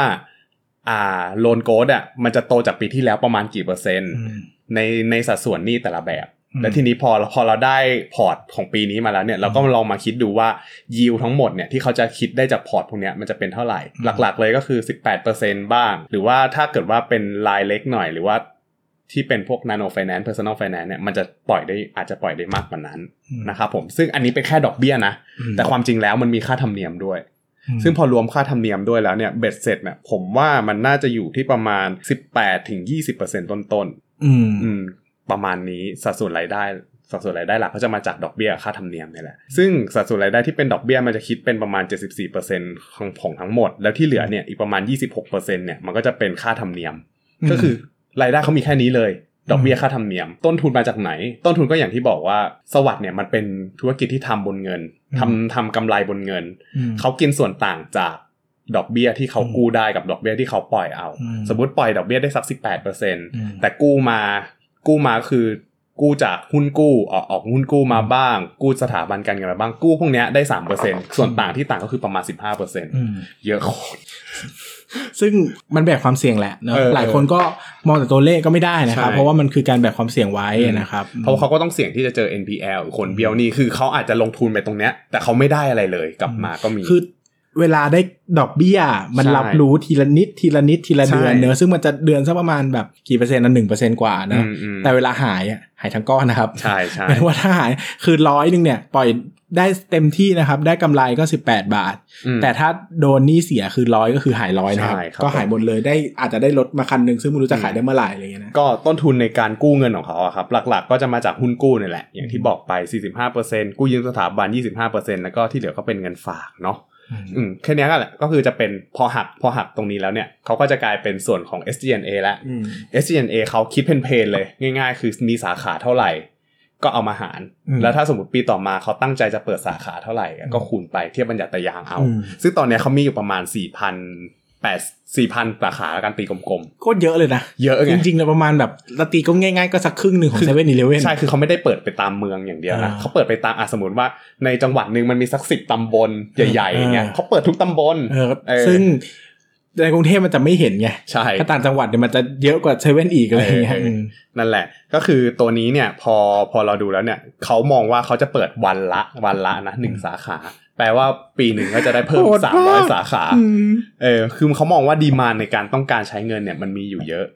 อ่าโลนโกดอะมันจะโตจากปีที่แล้วประมาณกี่เปอร์เซ็นต์ ในในสัดส่วนหนี้แต่ละแบบ
อืม
และทีนี้พอพอเราได้พอร์ตของปีนี้มาแล้วเนี่ยเราก็ลองมาคิดดูว่ายิวทั้งหมดเนี่ยที่เขาจะคิดได้จากพอร์ตพวกเนี้ยมันจะเป็นเท่าไหร่ หลักๆเลยก็คือ 18%บ้าง หรือว่าถ้าเกิดว่าเป็นรายเล็กหน่อย หรือว่าที่เป็นพวก nano finance personal finance เนี่ยมันจะปล่อยได้อาจจะปล่อยได้มากกว่านั้น
อืม
นะครับผมซึ่งอันนี้เป็นแค่ดอกเบี้ยนะ
อืม
แต่ความจริงแล้วมันมีค่าธรรมเนียมด้วย
อืม
ซึ่งพอรวมค่าธรรมเนียมด้วยแล้วเนี่ยเบ็ดเสร็จเนี่ยผมว่ามันน่าจะอยู่ที่ประมาณ 18-20%ต้นๆ
อืม
อืมประมาณนี้สัดส่วนรายได้สัดส่วนรายได้หลักก็จะมาจากดอกเบี้ยค่าธรรมเนียมนี่แหละซึ่งสัดส่วนรายได้ที่เป็นดอกเบี้ยมันจะคิดเป็นประมาณ 74%ของของทั้งหมด แล้วที่เหลือเนี่ยอีกประมาณ 26%เนี่ยมันก็จะเป็นค่าธรรมเนียม
อืม
ก็คือรายได้เขามีแค่นี้เลย ดอกเบี้ยค่าธรรมเนียม ต้นทุนมาจากไหน ต้นทุนก็อย่างที่บอกว่าสวัสด์เนี่ยมันเป็นธุรกิจที่ทำบนเงินทำทำกำไรบนเงิน
อืม
เขากินส่วนต่างจากดอกเบี้ยที่เขากู้ได้กับดอกเบี้ยที่เขาปล่อยเอา
อืม
สมมติปล่อยดอกเบี้ยได้สัก 18%เปอร์เซ็นต
อืม
แต่กู้มากู้มาก็คือกู้จากหุ้นกู้ออกออกหุ้นกู้มาบ้าง กู้สถาบันการเงินมาบ้างกู้พวกเนี้ยได้สามเปอร์เซ็นส่วนต่างที่ต่างก็คือประมาณสิบห้าเปอร์เซ็น
อืม
เยอะโคตร
ซึ่งมันแบกความเสี่ยงแหละเนอะ
เออ
หลายคนก็มองแต่ตัวเลขก็ไม่ได้นะครับ
ใช่
เพราะว่ามันคือการแบกความเสี่ยงไว้นะครับ
เพราะว่าเขาก็ต้องเสี่ยงที่จะเจอ NPL หรือคนเบี้ยวหนี่คือเขาอาจจะลงทุนไปตรงเนี้ย แต่เขาไม่ได้อะไรเลยกลับมาก็มี
คือเวลาได้ดอกเบี้ย มัน
ใช่
รับรู้ทีละนิดทีละนิดทีละเดือน
ใช่
เนอะซึ่งมันจะเดือนสักประมาณแบบกี่เปอร์เซ็นต์นะหนึ่งเปอร์เซ็นต์กว่าเนอะ
มอืม
แต่เวลาหายอะหายทั้งก้อนนะครับ
ใช่ใช่
*laughs* หมายถึงว่าถ้าหายคือร้อยหนึ่งเนี่ย ปล่อยได้เต็มที่นะครับ ได้กำไรก็ 18 บาท
อืม
แต่ถ้าโดนหนี้เสียคือร้อยก็คือหายร้อยนะครับ
ใช่ครับ
ก็หายหมดเลยได้อาจจะได้ลดมาคันหนึ่งซึ่งไม่รู้จะขายได้เมื่อไหร่อะไรอย่างเงี้ยนะ
ก็ต้นทุนในการกู้เงินของเขาอะครับ หลักๆ ก็จะมาจากหุ้นกู้นี่แหละ อย่างที่บอกไป 45%กู้ยืมสถาบัน 25%แล้วก็ที่เหลือก็เป็นเงินฝากเนาะ อืมแค่เนี้ยก็แหละก็คือจะเป็นพอหักพอหักตรงนี้แล้วเนี่ยเขาก็จะกลายเป็นส่วนของ s g n a แล้ว s g n a เขาคิดเพนเพนๆเลย ง่ายๆ คือมีสาขาเท่าไหร่ ก็เอามาหาร
อืม
แล้วถ้าสมมติปีต่อมาเขาตั้งใจจะเปิดสาขาเท่าไหร่ ก็คูณไปเทียบบรรยัตยางเอา
อืม
ซึ่งตอนเนี้ยเขามีอยู่ประมาณ 4,000 8 4,000สาขาแล้วกันตีกลม
โคตรเยอะเลยนะ
ๆ เยอะไง
จริงๆเลยประมาณแบบละตีก็ง่ายๆก็สักครึ่งหนึ่งของ
คือ
เซเว่นอีเลเว่น
ใช่ คือเขาไม่ได้เปิดไปตามเมืองอย่างเดียวนะ
อ่า
เขาเปิดไปตามอ่ะสมมติว่าในจังหวัดหนึ่งมันมีสักสิบตำบลใหญ่ๆอย่างเงี้ย
อ่า
เขาเปิดทุกตำบล
เออ
เออ
ซึ่ง ในกรุงเทพมันจะไม่เห็นไง
ใช่
ถ้าต่างจังหวัดเนี่ยมันจะเยอะกว่าเซเว่นอีกอะไรอย่างเงี้ย
เออ
อืม
นั่นแหละ ก็คือตัวนี้เนี่ยพอพอเราดูแล้วเนี่ยเขามองว่าเขาจะเปิดวันละวันละนะหนึ่งสาขา แปลว่าปีหนึ่งก็จะได้เพิ่มสามร้อยสาขา
อืม
เออคือเขามองว่าดีมานในการต้องการใช้เงินเนี่ยมันมีอยู่เยอะ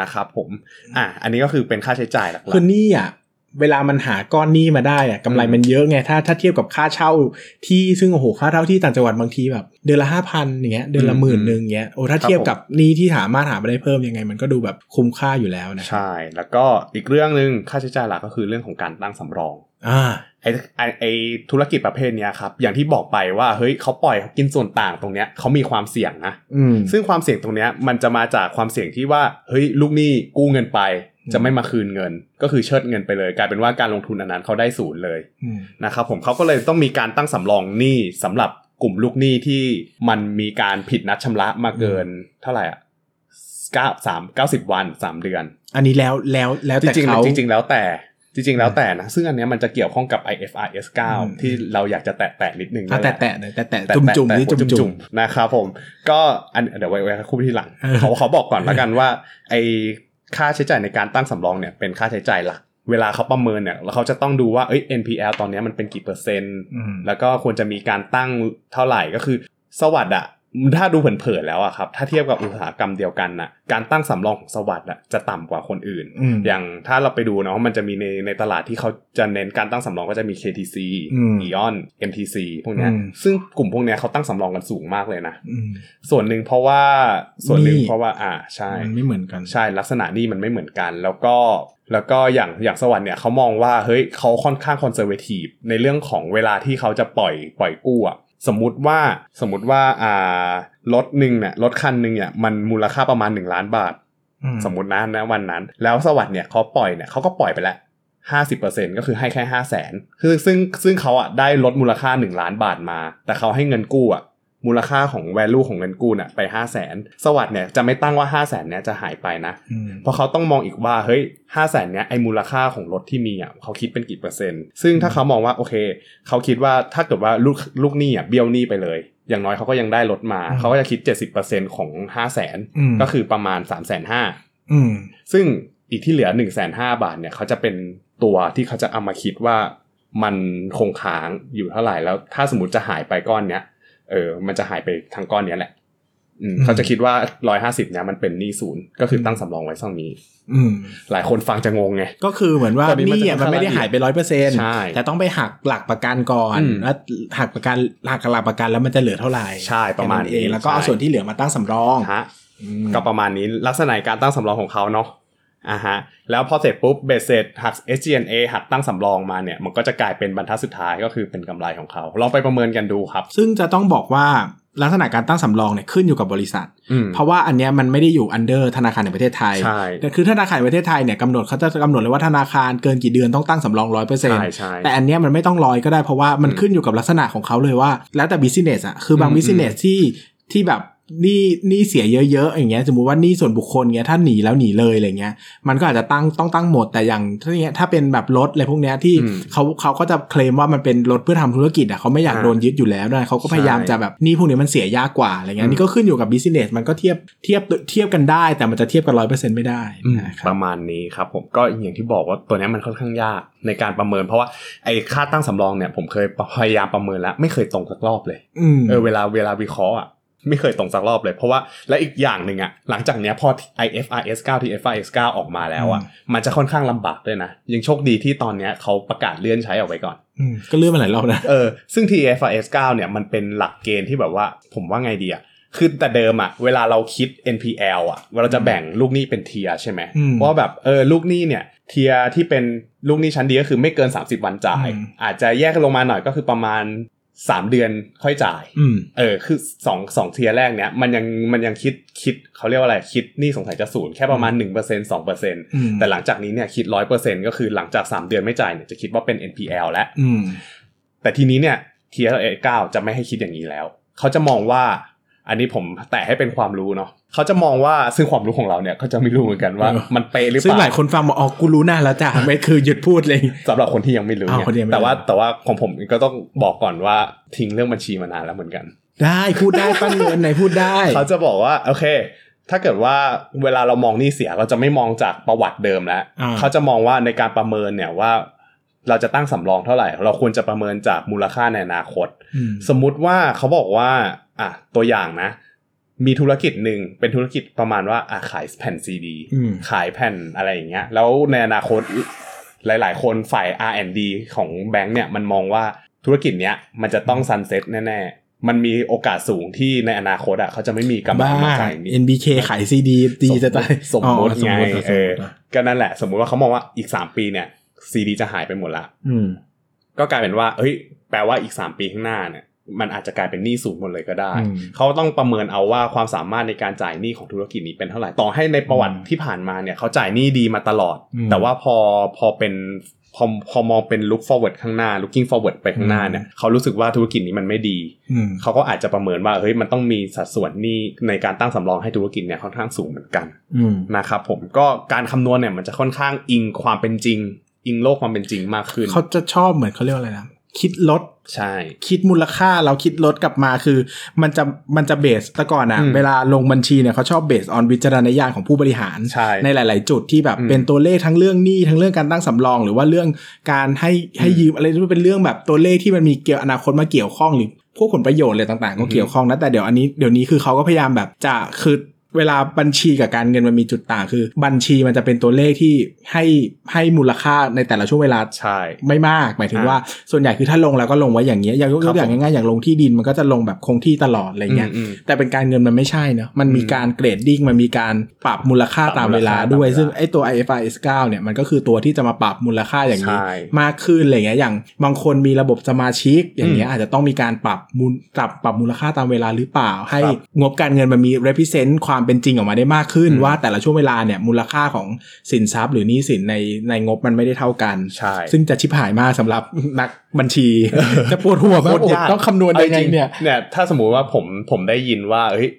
นะครับผม อ่ะอันนี้ก็คือเป็นค่าใช้จ่ายหลัก
คือหนี่อ่ะเวลามันหาก้อนหนี้มาได้อ่ะกำไรมันเยอะไงถ้าถ้าเทียบกับค่าเช่าที่ซึ่งโอ้โหค่าเช่าที่ต่างจังหวัดบางทีแบบ เดือนละห้าพันอย่างเงี้ยเดือนละหมื่นหนึ่งอย่างเงี้ยโอ้ถ้าเทียบกับหนี้ที่สามารถหามาได้เพิ่มยังไง มันก็ดูแบบคุ้มค่าอยู่แล้วนะ
ๆใช่ แล้วก็อีกเรื่องหนึ่งค่าใช้จ่ายหลักก็คือเรื่องของการตั้งสำรอง
อ่า
ไอ้ไอ้ไอ้ธุรกิจประเภทเนี้ยครับอย่างที่บอกไปว่าเฮ้ยเขาปล่อยเขากินส่วนต่างตรงเนี้ยเขามีความเสี่ยงนะ
อืม
ซึ่งความเสี่ยงตรงเนี้ยมันจะมาจากความเสี่ยงที่ว่าเฮ้ยลูกหนี้กู้เงินไป
อืม
จะไม่มาคืนเงิน ก็คือเชิดเงินไปเลย กลายเป็นว่าการลงทุนอันนั้นเขาได้ศูนย์เลย
อืม
นะครับผมเขาก็เลยต้องมีการตั้งสำรองหนี้สำหรับกลุ่มลูกหนี้ที่มันมีการผิดนัดชำระมาเกินเท่าไหร่อ่ะเก้าสามเก้าสิบวันสามเดือน
อันนี้แล้วแล้วแล้ว
จ
แต่
ริง
เขา
ๆจริง ๆ แล้วแต่จริง ๆ แล้วแต่นะ ซึ่งอันเนี้ยมันจะเกี่ยวข้องกับ IFRS
อืม
9 ที่เราอยากจะแตะแตะๆนิดนึง
อ่ะ
นั่นหล
แต่แต่แต่แต่จุ่มจุ่มๆนี่จุ่มจุ่ม
นะครับผมก็อันเดี๋ยวไว้ไว้คู่ที่หลัง
เออ
เขาเขาบอกก่อนละกันว่าไอค่าใช้จ่ายในการตั้งสำรองเนี่ยเป็นค่าใช้จ่ายหลัก เวลาเขาประเมินเนี่ยแล้วเขาจะต้องดูว่าเอ้ย NPL ตอนเนี้ยมันเป็นกี่เปอร์เซ็นต์
อืม
แล้วก็ควรจะมีการตั้งเท่าไหร่ก็คือ สวัสด์อะถ้าดูเผินๆแล้วอะครับถ้าเทียบกับอุตสาหกรรมเดียวกันน่ะการตั้งสำรองของสวัสด์อะจะต่ำกว่าคนอื่น
อืม
อย่างถ้าเราไปดูเนาะมันจะมีในในตลาดที่เขาจะเน้นการตั้งสำรองก็จะมี KTC
อืม
Eon MTC พวกเนี้ย
อืม
ซึ่งกลุ่มพวกเนี้ยเขาตั้งสำรองกันสูงมากเลยนะ
อืม
ส่วนหนึ่งเพราะว่าส่วนหนึ่ง
หนี้
เพราะว่าอ่าใช่
มันไม่เหมือนกัน
ใช่ลักษณะหนี้มันไม่เหมือนกัน แล้วก็แล้วก็อย่างอย่างสวรรค์เนี่ยเขามองว่าเฮ้ยเขาค่อนข้างคอนเซอร์เวทีฟในเรื่องของเวลาที่เขาจะปล่อยปล่อยกู้อะสมมุติว่าสมมุติว่าอ่ารถหนึ่งเนี่ยรถคันหนึ่งเนี่ยมันมูลค่าประมาณ 1 ล้านบาท
อื
สมมตินะนะวันนั้น แล้วสวัสด์เนี่ยเขาปล่อยเนี่ยเขาก็ปล่อยไปแล้วห้าสิบเปอร์เซ็นก็คือให้แค่ห้าแสนคือซึ่งซึ่งเขาอ่ะได้ลดมูลค่าหนึ่งล้านบาทมา แต่เขาให้เงินกู้อ่ะมูลค่าของ value ของเงินกู้น่ะไปห้าแสนสวัสด์เนี่ยจะไม่ตั้งว่าห้าแสนเนี่ยจะหายไปนะ
อืม
เพราะเขาต้องมองอีกว่าเฮ้ยห้าแสนเนี้ยไอมูลค่าของรถที่มีอ่ะเขาคิดเป็นกี่เปอร์เซ็นต์ซึ่งถ้าเขามองว่าโอเคเขาคิดว่าถ้าเกิดว่าลูกลูกหนี้อ่ะเบี้ยวหนี้ไปเลย อย่างน้อยเขาก็ยังได้ลดมา
อืม
เขาก็จะคิด 70%ของ5 0 0 0 0น
อืม
ก็คือประมาณ 3 5 0 0 0 0
อืม
ซึ่งอีกที่เหลือ1นึ่งแสนห้าบาทเนี่ยเขาจะเป็นตัวที่เขาจะเอามาคิดว่ามันคงค้างอยู่เท่าไหร่แล้ว ถ้าสมมติจะหายไปก้อนเนี้ยเออมันจะหายไปทั้งก้อนเนี้ยแหละอืม
อืม
เขาจะคิดว่าร้อยห้าสิบเนี้ยมันเป็นหนี้ศูนย์ก็คือตั้งสำรองไว้เท่านี้
อืม
หลายคนฟังจะงงไง
ก็คือเหมือนว่า
ตอนนี้
ห
มัน
นี่
จะ
อ่ะมันไม่ได้หายไปร้อยเปอร์เซ็นต์
ใช่
แต่ต้องไปหักหลักประกันก่อน
อืม
แล้วหักประกันหักหลักประกันแล้วมันจะเหลือเท่าไหร่
ใช่ประมาณนี้
แค่เองแล้วก็เอา
ใช่
ส่วนที่เหลือมาตั้งสำรอง
ฮะ
อืม
ก็ประมาณนี้ลักษณะการตั้งสำรองของเขาเนาะอ่าฮะแล้วพอเสร็จปุ๊บเบสเสร็จหัก SGNA หักตั้งสำรองมาเนี่ย มันก็จะกลายเป็นบรรทัดสุดท้ายก็คือเป็นกำไรของเขาลองไปประเมินกันดูครับ
ซึ่งจะต้องบอกว่าลักษณะการตั้งสำรองเนี่ยขึ้นอยู่กับบริษัท
อืม
เพราะว่าอันเนี้ยมันไม่ได้อยู่ under ธนาคารแห่งประเทศไทย
ใช่
แต่คือธนาคารแห่งประเทศไทยเนี่ยกำหนดเขาจะกำหนดเลยว่าธนาคารเกินกี่เดือนต้องตั้งสำรองร้อยเปอร์เซ็น
ใช่
ต์
ใช่
แต่อันเนี้ยมันไม่ต้องร้อยก็ได้เพราะว่ามัน
อืม
ขึ้นอยู่กับลักษณะของเขาเลยว่า แล้วแต่ business อะคือบาง
อืม
business ที่ที่แบบหนี่นี่เสียเยอะๆอย่างเงี้ยสมมติว่าหนี่ส่วนบุคคลเงี้ยถ้าหนีแล้วหนีเลยอะไรเงี้ยมันก็อาจจะตั้งต้องตั้งหมดแต่อย่างถ้าเนี้ยถ้าเป็นแบบรถอะไรพวกเนี้ยที่
อืม
เขาเขาก็จะเคลมว่ามันเป็นรถเพื่อทำธุรกิจอ่ะเขาไม่อยาก
อ่า
โดนยึดอยู่แล้วด้วยเขาก็พยายาม
ใช่
จะแบบหนี่พวกเนี้ยมันเสียยากกว่าอะไรเงี้ย
อืม
นี่ก็ขึ้นอยู่กับบิสเนสมันก็เทียบเทียบเทียบกันได้ แต่มันจะเทียบกันร้อยเปอร์เซ็นต์ไม่ได้นะค
ป
รับ
ระมาณนี้ครับผมก็อย่างที่บอกว่าตัวเนี้ยมันค่อนข้างยากในการประเมิน เพราะว่าไอ้ค่าตั้งสำรองเนี่ยผมเคยพยายามประเมินแล้วไม่เคยตรงสักรอบเลย
อืม
เออเวลาเวลาวิเคราะห์อ่ะไม่เคยตรงสักรอบเลย เพราะว่าและอีกอย่างหนึ่งอ่ะหลังจากเนี้ยพอ IFRS 9ที่ IFRS 9 ออกมาแล้วอ่ะ
อื
มันจะค่อนข้างลำบากด้วยนะยังโชคดีที่ตอนเนี้ยเขาประกาศเลื่อนใช้ออกไปก่อน
อืมก็เลื่อนมาหลายรอบนะ
เออซึ่ง TFRS 9เนี่ยมันเป็นหลักเกณฑ์ที่แบบว่าผมว่าไงดีอะคือแต่เดิมอะเวลาเราคิด NPL อะเราจะแบ่งลูกหนี้เป็นเทียร์ใช่ไหม
อืม
ว่าแบบเออลูกหนี้เนี่ยเทียร์ที่เป็นลูกหนี้ชั้นดีก็คือไม่เกิน 30 วันจ่าย
อืม
อาจจะแยกลงมาหน่อยก็คือประมาณ 3 เดือนค่อยจ่าย
อืม
เออคือสองสองเทียร์แรกเนี่ยมันยังมันยังคิดคิดเขาเรียกว่าอะไรคิดหนี่สงสัยจะศูนย์แค่ประมาณ 1% 2%
อืม
แต่หลังจากนี้เนี่ยคิด 100%ก็คือหลังจาก 3 เดือนไม่จ่ายเนี่ยจะคิดว่าเป็น NPL แล้ว
อืม
แต่ทีนี้เนี่ย TLA 9จะไม่ให้คิดอย่างนี้แล้ว เขาจะมองว่า อันนี้ผมแต่ให้เป็นความรู้เนาะเขาจะมองว่าซึ่งความรู้ของเราเนี่ยเขาจะไม่รู้เหมือนกันว่า
เออ
มันเป๊ะหรือเป
ซึ่งห
ล่า
ลายคนฟังบอกอ๋อกูรู้หน้าแล้วจ้ะไม่คือหยุดพูดเลย
สำหรับคนที่ยังไม่รู้
อ้าว
เนี่ย
คนที่ยังไม่รู้
แต่ว่าแต่ว่าของผมก็ต้องบอกก่อนว่าทิ้งเรื่องบัญชีมานานแล้วเหมือนกัน
ได้พูดได้ปั้นเงินไหนพูดได้
เขาจะบอกว่าโอเค ถ้าเกิดว่าเวลาเรามองหนี้เสียเราจะไม่มองจากประวัติเดิมแล้ว
อ่า
เขาจะมองว่าในการประเมินเนี่ยว่า เราจะตั้งสำรองเท่าไหร่ เราควรจะประเมินจากมูลค่าในอนาคต
อืม
สมมุติว่าเขาบอกว่าอ่ะตัวอย่างนะ มีธุรกิจหนึ่งเป็นธุรกิจประมาณว่าอ่ะขายแผ่นซีดี
อืม
ขายแผ่นอะไรอย่างเงี้ย แล้วในอนาคตหลาย ๆ คนฝ่าย R&D ของแบงค์เนี่ยมันมองว่าธุรกิจเนี้ยมันจะต้องซันเซ็ตแน่ ๆ มันมีโอกาสสูงที่ในอนาคตอ่ะเขาจะไม่มีกำไร
บ้า
มาขายนี้
NBK ขายซีดีดีจะตาย
สมมติ
อ๋อ
ไง
อ่ะ
เออ
อ่ะ
ก็นั่นแหละ สมมุติว่าเขามองว่าอีก 3 ปีเนี่ยซีดีจะหายไปหมดละ
อืม
ก็กลายเป็นว่าเฮ้ยแปลว่าอีก 3 ปีข้างหน้าเนี่ยมันอาจจะกลายเป็นหนี้สูงหมดเลยก็ได้
อืม
เขาต้องประเมินเอาว่าความสามารถในการจ่ายหนี้ของธุรกิจนี้เป็นเท่าไหร่ต่อให้ในประวัติ
อืม
ที่ผ่านมาเนี่ยเขาจ่ายหนี้ดีมาตลอด
อืม
แต่ว่าพอพอเป็นพอพอมองเป็น look forward ข้างหน้า looking forward ไปข้างหน้า
อืม
เนี่ยเขารู้สึกว่าธุรกิจนี้มันไม่ดี
อืม
เขาก็อาจจะประเมินว่าเฮ้ยมันต้องมีสัดส่วนหนี้ในการตั้งสำรองให้ธุรกิจเนี่ยค่อนข้างสูงเหมือนกัน
อืม
นะครับผมก็การคำนวณเนี่ยมันจะค่อนข้างอิงความเป็นจริง อิงโลกความเป็นจริงมากขึ้น
เขาจะชอบเหมือนเขาเรียกว่าอะไรนะ คิดลด
ใช่
คิดมูลค่าเราคิดลดกลับมาคือ มันจะมันจะเบสแต่ก่อนอะ
อืม
เวลาลงบัญชีเนี่ยเขาชอบเบสออนวิจารณญาณของผู้บริหาร
ใช่
หลาย ๆ จุดที่แบบ
อืม
เป็นตัวเลขทั้งเรื่องหนี้ทั้งเรื่องการตั้งสำรอง หรือว่าเรื่องการให้ให้ยืมอะไรที่เป็นเรื่องแบบตัวเลขที่มันมีเกี่ยวอนาคตมาเกี่ยวข้องหรือพวกผลประโยชน์อะไรต่าง ๆ ก็
อืม
เกี่ยวข้องนะแต่เดี๋ยวอันนี้เดี๋ยวนี้คือเขาก็พยายามแบบจะคือเวลาบัญชีกับการเงินมันมีจุดต่างคือ บัญชีมันจะเป็นตัวเลขที่ให้ให้มูลค่าในแต่ละช่วงเวลา
ใช่
ไม่มากหมายถึง
อ่า
ว่าส่วนใหญ่คือถ้าลงแล้วก็ลงไว้อย่างเงี้ยอย่างยก
ครั
ย
บ
กอย่าง
ผม
ง่ายๆอย่างลงที่ดินมันก็จะลงแบบคงที่ตลอดอะไรเงี้ย
อืม
แต่เป็นการเงินมันไม่ใช่เนอะมันมี
อืม
การเกรดดิ้งมันมีการปรับมูลค่า
ป
ตา
รับ
ม
มูล
เวลา
ค่า
ด้วย
ตามเวลา
ซึ่งไอตัว IFRS 9เนี่ยมันก็คือตัวที่จะมาปรับมูลค่าอย่างนี้
ใช่
มากขึ้นอะไรเงี้ยอย่างบางคนมีระบบสมาชิก อย่างเงี้ยอาจจะต้องมีการปรับมูลปรับปรับมูลค่าตามเวลาหรือเปล่า ให้
ครับ
งบการเงินมันมี represent ความเป็นจริงออกมาได้มากขึ้น
อืม
ว่าแต่ละช่วงเวลาเนี่ยมูลค่าของสินทรัพย์ หรือหนี้สินในในงบมันไม่ได้เท่ากัน
ใช่
ซึ่งจะชิบหายมากสำหรับนักบัญชี จะปวดหัวมาก
โคตรยาก
ต้องคำนวณยังไงเนี่ย
อาจริเนี่ยถ้าสมมุติว่าผมผมได้ยินว่าเฮ้ย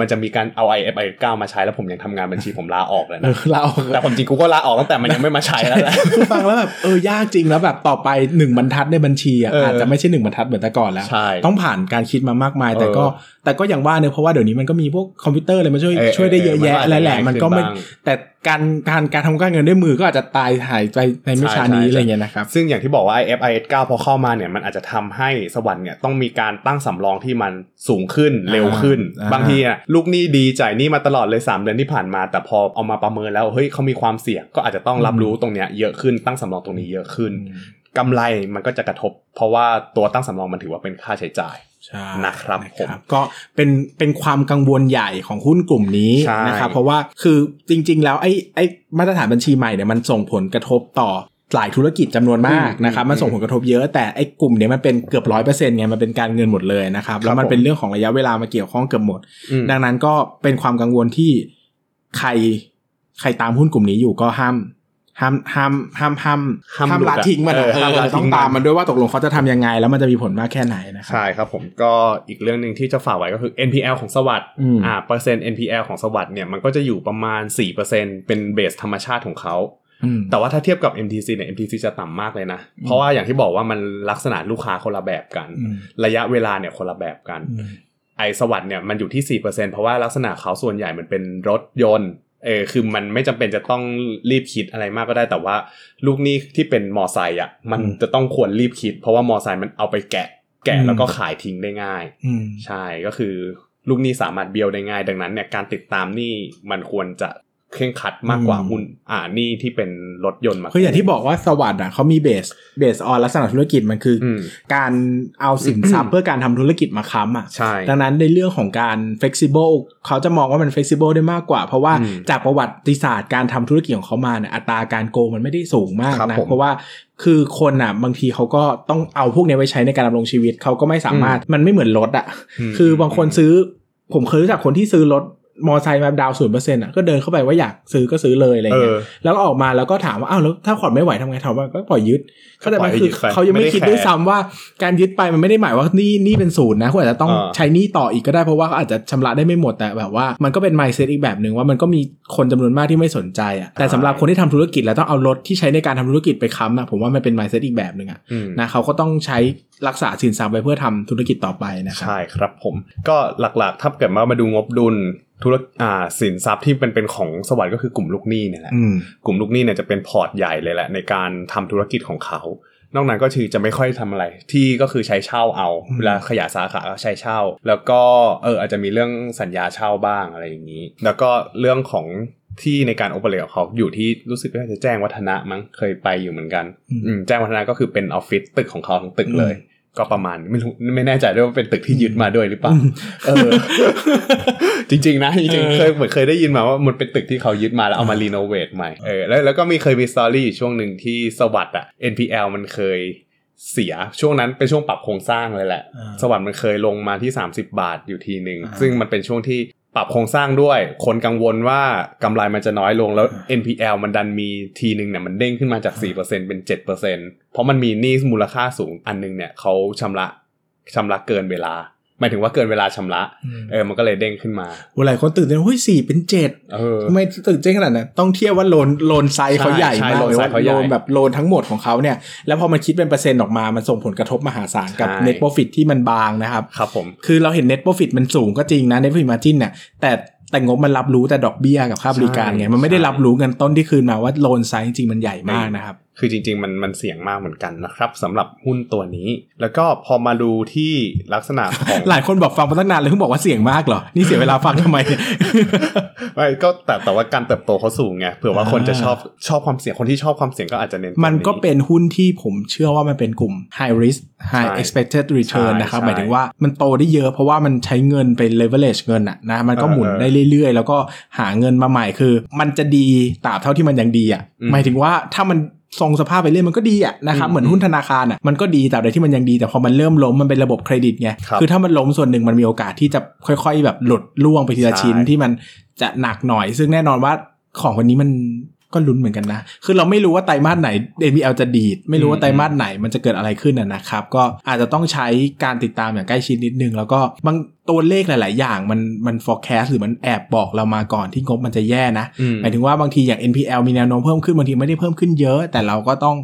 มันจะมีการเอา IFI 9มาใช้แล้วผมยังทำงานบัญชีผมลาออกเลย
เออ
นะ
เราออก
แต่ผมจริงกูก็ลาออกตั้งแต่มันยังไม่มาใช้แล้วแหละ
คือฟังแล้วแบบเออยากจริงแล้วแบบต่อไปหนึ่งบรรทัดในบัญชีอ่ะ
เอออ
อาจจะไม่ใช่หนึ่งบรรทัดเหมือนแต่ก่อนแล้ว
ใช่
ต้องผ่านการคิดมามากมาย แต่ก็
เอ
แต่ก็อย่างว่าเนี่ยเพราะว่าเดี๋ยวนี้มันก็มีพวกคอมพิวเตอร์อะไรมาช่วย
เออ
ช่วยได้เยอะแยะ
เออมันก็อาจจะ
แล้วแหละ
ง่าย
มันก็ไม่
ขึ้นบ้าง
แต่การการการทำการเงินด้วยมือก็อาจจะตายหายไปในไม่ช้านี้อะไรเงี้ยนะครับ
*laughs* ซึ่งอย่างที่บอกว่า IFIS 9 พอเข้ามาเนี่ยมันอาจจะทำให้สวรรค์เนี่ยต้องมีการตั้งสำรองที่มันสูงขึ้น
อ่า
เร็วขึ้น
อ่า
บางทีอ่ะลูกหนี้ดีจ่ายหนี้มาตลอดเลย 3 เดือนที่ผ่านมา แต่พอเอามาประเมินแล้วเฮ้ยเขามีความเสี่ยงก็อาจจะต้องรับรู้ตรงเนี้ยเยอะขึ้นตั้งสำรองตรงนี้เยอะขึ้นกำไรมันก็จะกระทบ เพราะว่าตัวตั้งสำรองมันถือว่าเป็นค่าใช้จ่าย
ใช่
นะครับผม
ก็เป็นเป็นความกังวลใหญ่ของหุ้นกลุ่มนี้
ใช่
นะครับเพราะว่าคือจริง ๆ แล้วไอ้ไอ้มาตรฐานบัญชีใหม่เนี่ยมันส่งผลกระทบต่อหลายธุรกิจจำนวนมาก
อืม
นะครับมันส่งผลกระทบเยอะแต่ไอ้กลุ่มเนี้ยมันเป็นเกือบร้อยเปอร์เซ็นต์ไงมันเป็นการเงินหมดเลยนะครับ
ครับ
แล้วมัน
ผม
เป็นเรื่องของระยะเวลามาเกี่ยวข้องเกือบหมด
อืม
ดังนั้นก็เป็นความกังวลที่ใครใครตามหุ้นกลุ่มนี้อยู่ก็ห้ามห้ามห้ามห้ามห้าม
ห้าม
ห้าม
หลุด
ละ
อะ
ทิ้งมันอะ
เออห้าม
เออ
ละทิ้ง
ต้อง
มัน
ตามมันด้วยว่าตกลงเขาจะทำยังไง แล้วมันจะมีผลมากแค่ไหนนะครั
ใช่ครับผมก็อีกเรื่องหนึ่งที่จะฝากไว้ก็คือ NPL ของสวัสด์
อืม
อ่าเปอร์เซ็นต์ NPL ของสวัสด์เนี่ยมันก็จะอยู่ประมาณ 4%เป็นเบสธรรมชาติของเขา
อืม
แต่ว่าถ้าเทียบกับ MTC เนี่ย MTC จะต่ำมากเลยนะ เพราะว่าอย่างที่บอกว่ามันลักษณะลูกค้าคนละแบบกัน
อืม
ระยะเวลาเนี่ยคนละแบบกัน
อืม
ไอสวัสด์เนี่ยมันอยู่ที่ 4%เพราะว่าลักษณะเขาส่วนใหญ่มันเป็นรถยนต์ เออคือมันไม่จำเป็นจะต้องรีบคิดอะไรมากก็ได้แต่ว่า ลูกหนี้ที่เป็นมอไซค์อ่ะมัน
อืม
จะต้องควรรีบคิด เพราะว่ามอไซค์มันเอาไปแกะ แกะ
อืม
แล้วก็ขายทิ้งได้ง่าย
อืม
ใช่ก็คือลูกหนี้สามารถเบี้ยวได้ง่าย ดังนั้นเนี่ยการติดตามหนี้มันควรจะเคร่งครัดมากกว่า
อืม
หุ้นอ่าหนี้ที่เป็นรถยนต์มา
คืออย่างที่บอกว่าสวัสด์อ่ะเขามีเบสเบสออนลักษณะธุรกิจมันคืออ
อืม
การเอาสินทรัพย์เพื่ *coughs* อการทำธุรกิจมาค้ำอ่ะ
ใช่
ดังนั้นในเรื่องของการ flexible เขาจะมองว่ามัน flexible ได้มากกว่า เพราะว่า
อืม
จากประวัติศาสตร์การทำธุรกิจของเขามาเนี่ยอัตราการโกงมันไม่ได้สูงมาก
ครับ
นะ
ผม
เพราะว่าคือคนอ่ะบางทีเขาก็ต้องเอาพวกเนี้ยไว้ใช้ในการดำรงชีวิตเขาก็ไม่สามารถมันไม่เหมือนรถอ่ะ
ม
คือบางคนซื้อ ผมเคยรู้จักคนที่ซื้อรถ มอไซค์มาดาวศูนย์เปอร์เซ็นต์อ่ะก็เดินเข้าไปว่าอยากซื้อก็ซื้อเลยอะไร
เอ
เงี้ย
อ
แล้วก็ออกมาแล้วก็ถามว่าอ้าวแล้วถ้าผ่อนไม่ไหวทำไงถามว่าก็ปล่อยยึดเขาแต่
ปล่
มั
อ
น
ยให้
คือ
ยึดไป
เขายัง
ไม่
ไม่
ได้
คิด
แคร์
ด้วยซ้ำว่าการยึดไปมันไม่ได้หมายว่านี่นี่เป็นศูนย์นะคุณอาจจะต้อง
อ่า
ใช้หนี่ต่ออีกก็ได้เพราะว่าเขาอาจจะชำระได้ไม่หมดแต่แบบว่า มันก็เป็น mindset อีกแบบหนึ่งว่ามันก็มีคนจำนวนมากที่ไม่สนใจอ่ะแต่สำหรับคนที่ทำธุรกิจแล้วต้องเอารถที่ใช้ในการทำธุรกิจไปค้ำอ่ะผมว่ามันเป็น mindset อีกแบบหนึ่งอ่ะ
อืม
นะเขาก็ต้องใช้รักษาสินทรัพย์ไว้เพื่อทำธุรกิจต่อไปนะครับ
ใช่ครับผมก็หลักๆ ถ้าเกิดมามาดูงบดุลธุรอ่าสินทรัพย์ที่เป็นเป็นของสวัสด์ก็คือกลุ่มลูกหนี้เนี่ยแหละ
อืม
กลุ่มลูกหนี้เนี่ยจะเป็นพอร์ตใหญ่เลยแหละในการทำธุรกิจของเขา นอกนั้นก็คือจะไม่ค่อยทำอะไร ที่ก็คือใช้เช่าเอา
อืม
เวลาขยายสาขาก็ใช้เช่า แล้วก็เอออาจจะมีเรื่องสัญญาเช่าบ้างอะไรอย่างนี้ แล้วก็เรื่องของที่ในการโอเปเรตของเขาอยู่ที่รู้สึกว่าจะแจ้งวัฒนะมั้งเคยไปอยู่เหมือนกัน
อืม
อืมแจ้งวัฒนะก็คือเป็นออฟฟิศตึกของเขาทั้งตึกเลย ก็ประมาณไม่รู้ไม่แน่ใจด้วยว่าเป็นตึกที่ยึดมาด้วยหรือเปล่า เออ จริงๆนะจริง
เออ
ๆเคยเหมือนเคยได้ยินมาว่ามันเป็นตึกที่เขายึดมาแล้วเอามารีโนเวทใหม่เออแล้วแล้วก็มีเคยมีสตอรี่อยู่ช่วงหนึ่งที่สวัสด์อะ NPL มันเคยเสียช่วงนั้นเป็นช่วงปรับโครงสร้างเลยแหละ
อ่า
สวัสด์มันเคยลงมาที่ 30 บาทอยู่ทีหนึ่ง
อ่า
ซึ่งมันเป็นช่วงที่ปรับโครงสร้างด้วย คนกังวลว่ากำไรมันจะน้อยลงแล้ว
อ่า
NPL มันดันมีทีหนึ่งเนี่ยมันเด้งขึ้นมาจาก 4%เป็น 7%เพราะมันมีหนี้มูลค่าสูงอันหนึงเนี่ยเขาชำระชำระเกินเวลา หมายถึงว่าเกินเวลาชำระ เออมันก็เลยเด้งขึ้นมา
เวลาคนตื่นเต้นเฮ้ยสี่เป็นเจ็ด
เออ
ทำไมตื่นเต้นขนาดนั้นต้องเทียบว่าโลนโลนไซส์เขา
ใช่
ใหญ่
ใช่
มาก
โลน
เลย
ไซส์
ว่า
เขาให
โล
ญ่
นแบบโลนทั้งหมดของเขาเนี่ย แล้วพอมันคิดเป็นเปอร์เซ็นต์ออกมา มันส่งผลกระทบมหาศาลกับ
ใช่
net profit ที่มันบางนะครับ
ครับผม
คือเราเห็น net profit มันสูงก็จริงนะ net profit margin เนี่ยแต่แต่งบมันรับรู้แต่ดอกเบี้ยกับค่าบริการไง มันไม่ได้
ใช่
รับรู้เงินต้นที่คืนมาว่าโลนไซส์จริงๆมันใหญ่มากนะครับ
คือจริง ๆ มันมันเสี่ยงมากเหมือนกันนะครับสำหรับหุ้นตัวนี้ แล้วก็พอมาดูที่ลักษณะของ
หลายคนบอกฟังมาตั้งนานเลยเพิ่งบอกว่าเสี่ยงมากเหรอนี่เสียเวลาฟังทำไม
*laughs* ไม่ก็แต่แต่ว่าการเติบโตเขาสูงไงเผื่อว่าคนจะ
อ่า
ชอบชอบความเสี่ยงคนที่ชอบความเสี่ยงก็อาจจะเน้นตัว
มันก็เป็นหุ้นที่ผมเชื่อว่ามันเป็นกลุ่ม high risk
ใช่
high expected return
ใช่
นะครับ
ใช่
หมายถึงว่ามันโตได้เยอะเพราะว่ามันใช้เงินไป leverage เงินอะนะ มันก็หมุน
เออ
ได้เรื่อยๆ แล้วก็หาเงินมาใหม่คือ มันจะดีตราบเท่าที่มันยังดีอะ
อืม
หมายถึงว่าถ้ามันทรงสภาพไปเรื่อยมันก็ดีอะนะครับ
อืม
เหมือนหุ้นธนาคารอะมันก็ดีตราบใดที่มันยังดีแต่พอมันเริ่มล้มมันเป็นระบบเครดิตไง
ครับ
อถ้ามันล้มส่วนหนึ่งมันมีโอกาสที่จะค่อย ๆ แบบหลุดล่วงไปทีละ
ใช่
ชิ้นที่มันจะหนักหน่อย ซึ่งแน่นอนว่า ของวันนี้มันก็ลุ้นเหมือนกันนะ คือเราไม่รู้ว่าไตรมาสไหน NBL จะดีด ไม่รู้ว่าไตรมาสไหนมันจะเกิดอะไรขึ้นนะนะครับ ก็อาจจะต้องใช้การติดตามอย่างใกล้ชิดนิดนึง แล้วก็บางตัวเลขหลาย ๆ อย่างมันมัน forecast หรือมันแอบบอกเรามาก่อนที่งบมันจะแย่นะ
อืม
หมายถึงว่าบางทีอย่าง NPL มีแนวโน้มเพิ่มขึ้นบางทีไม่ได้เพิ่มขึ้นเยอะ แต่เราก็ต้อง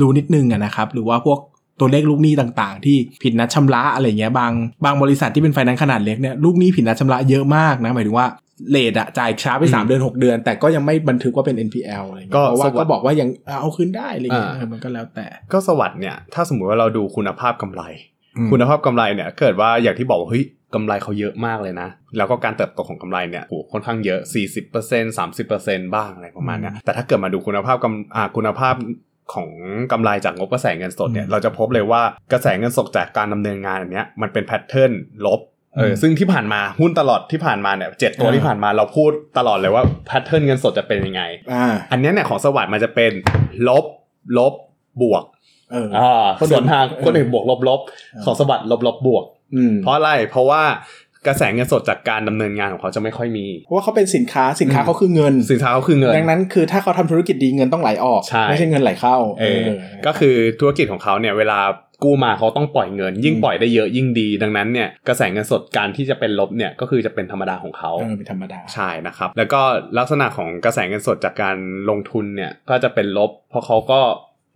รู้นิดนึงอะนะครับ หรือว่าพวกตัวเลขลูกหนี้ต่างๆ ที่ผิดนัดชำระอะไรเงี้ยบางบางบริษัทที่เป็นไฟแนนซ์ขนาดเล็กเนี่ยลูกหนี้ผิดนัดชำระเยอะมากนะหมายถึงว่าเลทอะจ่ายช้าไป
อื
3
ม
เดือน 6 เดือน แต่ก็ยังไม่บันทึกว่าเป็น NPL อะไรเงี้ย
ก็
เพราะว่า
สวัสดิ์
ก็บอกว่ายังเอาคืนได้อะไรเงี้ย
อ่า
เออมันก็แล้วแต่
ก็สวัสด์เนี่ย ถ้าสมมุติว่าเราดูคุณภาพกำไร
อืม
คุณภาพกำไรเนี่ยเกิดว่าอย่างที่บอกว่าเฮ้ยกำไรเขาเยอะมากเลยนะ แล้วก็การเติบโตของกำไรเนี่ยโหค่อนข้างเยอะ 40% 30%บ้างอะไรประมาณเนี้ยแต่ถ้าเกิดมาดูคุณภาพกำอ่าคุณภาพของกำไรจากงบกระแสเงินสดเนี่ย
อืม
เราจะพบเลยว่ากระแสเงินสดจากการดำเนินงานอันเนี้ยมันเป็นแพทเทิร์นลบเออ
อืม
ซึ่งที่ผ่านมาหุ้นตลอดที่ผ่านมาเนี่ยเจ็ดตัว
อ่า
ที่ผ่านมาเราพูดตลอดเลยว่าแพทเทิร์นเงินสดจะเป็นยังไง
อ่า
อันเนี้ยเนี่ยของสวัสด์มันจะเป็นลบลบบวก
เออ
อ่า
คนอื่น
ส่วนทาง
เออ
คนอื่นบวกลบลบ
เออ
ของสวัสด์ลบลบบวก
อืม
เพราะอะไรเพราะว่ากระแสเงินสดจากการดำเนินงานของเขาจะไม่ค่อยมี
เพราะว่าเขาเป็นสินค้าสินค้า
อืม
เขาคือเงิน
สินค้าเขาคือเงิน
ดังนั้นคือถ้าเขาทำธุรกิจดีเงินต้องไหลออก
ใช่
ไม่ใช่เงินไหลเข้า
เออ
เออ
ก็คือธุรกิจของเขาเนี่ยเวลากู้มาเขาต้องปล่อยเงิน ยิ่ง
อืม
ปล่อยได้เยอะยิ่งดี ดังนั้นเนี่ยกระแสเงินสดการที่จะเป็นลบเนี่ยก็คือจะเป็นธรรมดาของเขา
เออเป็นธรรมดา
ใช่นะครับ แล้วก็ลักษณะของกระแสเงินสดจากการลงทุนเนี่ยก็จะเป็นลบ เพราะเขาก็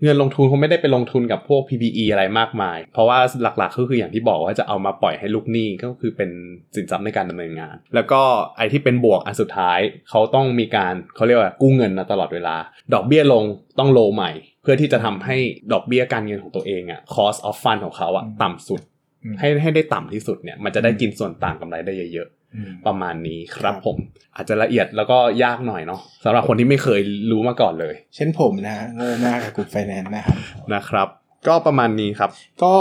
เงินลงทุนเขาไม่ได้ไปลงทุนกับพวก PPE อะไรมากมาย เพราะว่าหลักๆก็คืออย่างที่บอกว่าจะเอามาปล่อยให้ลูกหนี้ก็คือเป็นสินทรัพย์ในการดำเนินงาน แล้วก็ไอ้ที่เป็นบวกอันสุดท้ายเขาต้องมีการเขาเรียกว่ากู้เงินมาตลอดเวลา ดอกเบี้ยลงต้องโลใหม่ เพื่อที่จะทำให้ดอกเบี้ยการเงินของตัวเองอะ cost of fund ของเขาอะ
อืม
ต่ำสุด
อืม
ให้ให้ได้ต่ำที่สุดเนี่ยมันจะได้
อืม
กินส่วนต่างกำไรได้เยอะๆ
อืม
ประมาณนี้ครั
ค
บ
รับ
ผมอาจจะละเอียดแล้วก็ยากหน่อยเนาะสำหรับคนที่ไม่เคยรู้มาก่อนเลย
เช่นผมนะฮะโง่มากกับกลุ่มไฟแนนซ์นะครับ
นะครับ ก็ประมาณนี้ครับ
ก็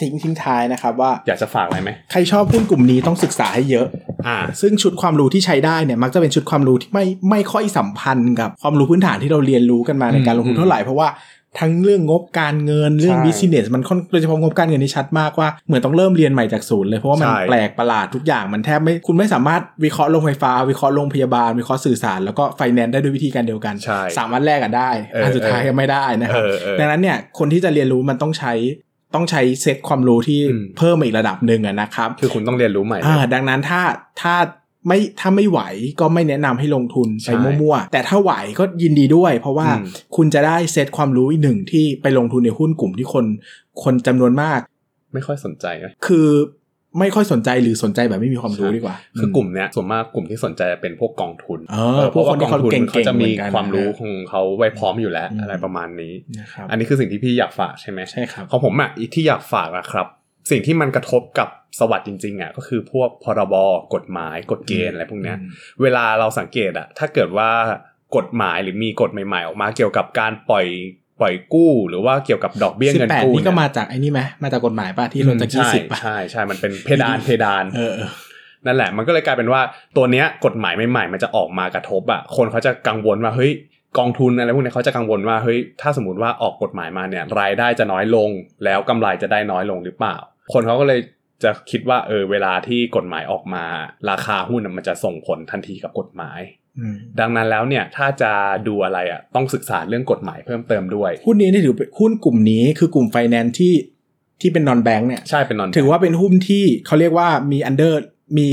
ทิ้งทิ้งท้ายนะครับว่า
อยากจะฝากอะไรไหม
ใครชอบหุ้นกลุ่มนี้ต้องศึกษาให้เยอะ
อ่า
ซึ่งชุดความรู้ที่ใช้ได้เนี่ยมักจะเป็นชุดความรู้ที่ไม่ไม่ค่อยสัมพันธ์กับความรู้พื้นฐานที่เราเรียนรู้กันมาในการลงทุน
อืม
เท่าไหร่เพราะว่า ทั้งเรื่องงบการเงินเรื่อง
ใช่
business มันค่อนโดยเฉพาะงบการเงินนี่ชัดมากว่าเหมือนต้องเริ่มเรียนใหม่จากศูนย์เลยเพราะว่ามัน
ใช่
แปลกประหลาดทุกอย่างมันแทบไม่คุณไม่สามารถวิเคราะห์โรงไฟฟ้า วิเคราะห์โรงพยาบาล วิเคราะห์สื่อสารแล้วก็ไฟแนนซ์ได้ด้วยวิธีการเดียวกัน
ใช่
สามอันแรกอะได้
เอออั
อันสุดท้าย
เออ
ก็ไม่ได้นะครับ
เออเออ
ดังนั้นเนี่ยคนที่จะเรียนรู้มันต้องใช้ต้องใช้เซตความรู้ที่
อืม
เพิ่มมาอีกระดับหนึ่งอะนะครับ
คือคุณต้องเรียนรู้ใหม่
อ่าดังนั้นถ้าถ้าไม่ถ้าไม่ไหวก็ไม่แนะนำให้ลงทุน
ใช่
ไปมั่วๆ แต่ถ้าไหวก็ยินดีด้วย เพราะว่า
อืม
คุณจะได้เซตความรู้อีกหนึ่งที่ไปลงทุนในหุ้นกลุ่มที่คนคนจำนวนมาก
ไม่ค่อยสนใจนะ
คือไม่ค่อยสนใจหรือสนใจแบบไม่มีความรู้ดีกว่า
คือกลุ่มเนี้ยส่วนมากกลุ่มที่สนใจจะเป็นพวกกองทุน
เอ
เอ
อ
อ
พวกคนที่
พ
เขา
ระว่กองทุน
เก่งๆ
เขาจะมี
เหอนกัน
ความรู้
นะ
ของเขาไว้พร้อมอยู่แล้ว
อืม
อะไรประมาณนี้
นะครับ
อันนี้คือสิ่งที่พี่อยากฝากใช่ไหม
ใช่ครับ
ของผมอ่ะอีกที่อยากฝากนะครับ สิ่งที่มันกระทบกับสวัสด์จริงๆอ่ะก็คือพวกพรบกฎหมายกฎเกณฑ์อะไรพวกเนี้ย เวลาเราสังเกตอะถ้าเกิดว่ากฎหมายหรือมีกฎใหม่ๆ ออกมาเกี่ยวกับการปล่อยปล่อยกู้หรือว่าเกี่ยวกับดอกเบี้ย
สิบ
เงิน
แปด
กู้
นี่ก็มาจากไอ้นี่ไหมมาจากกฎหมายป่ะที่ลดจากยี่
ใช่
สิบป่ะ
ใช่ใช่มันเป็นเพดานเพดาน
เออเออ
นั่นแหละมันก็เลยกลายเป็นว่าตัวเนี้ยกฎหมายใหม่ๆมันจะออกมากระทบอ่ะคนเขาจะกังวลว่าเฮ้ยกองทุนอะไรพวกเนี้ยเขาจะกังวลว่าเฮ้ยถ้าสมมติว่าออกกฎหมายมาเนี่ยรายได้จะน้อยลง แล้วกำไรจะได้น้อยลงหรือเปล่า คนเขาก็เลยจะคิดว่าเออเวลาที่กฎหมายออกมา ราคาหุ้นน่ะมันจะส่งผลทันทีกับกฎหมาย
อืม
ดังนั้นแล้วเนี่ยถ้าจะดูอะไรอ่ะต้องศึกษาเรื่องกฎหมายเพิ่มเติมด้วย
หุ้นนี้นี่ถือเป็นหุ้นกลุ่มนี้คือกลุ่มไฟแนนซ์ที่ที่เป็นนอนแบง k ์เนี่ย
ใช่เป็นนอน
ถือว่าเป็นหุ้นที่เขาเรียกว่ามีอันเดอร์มี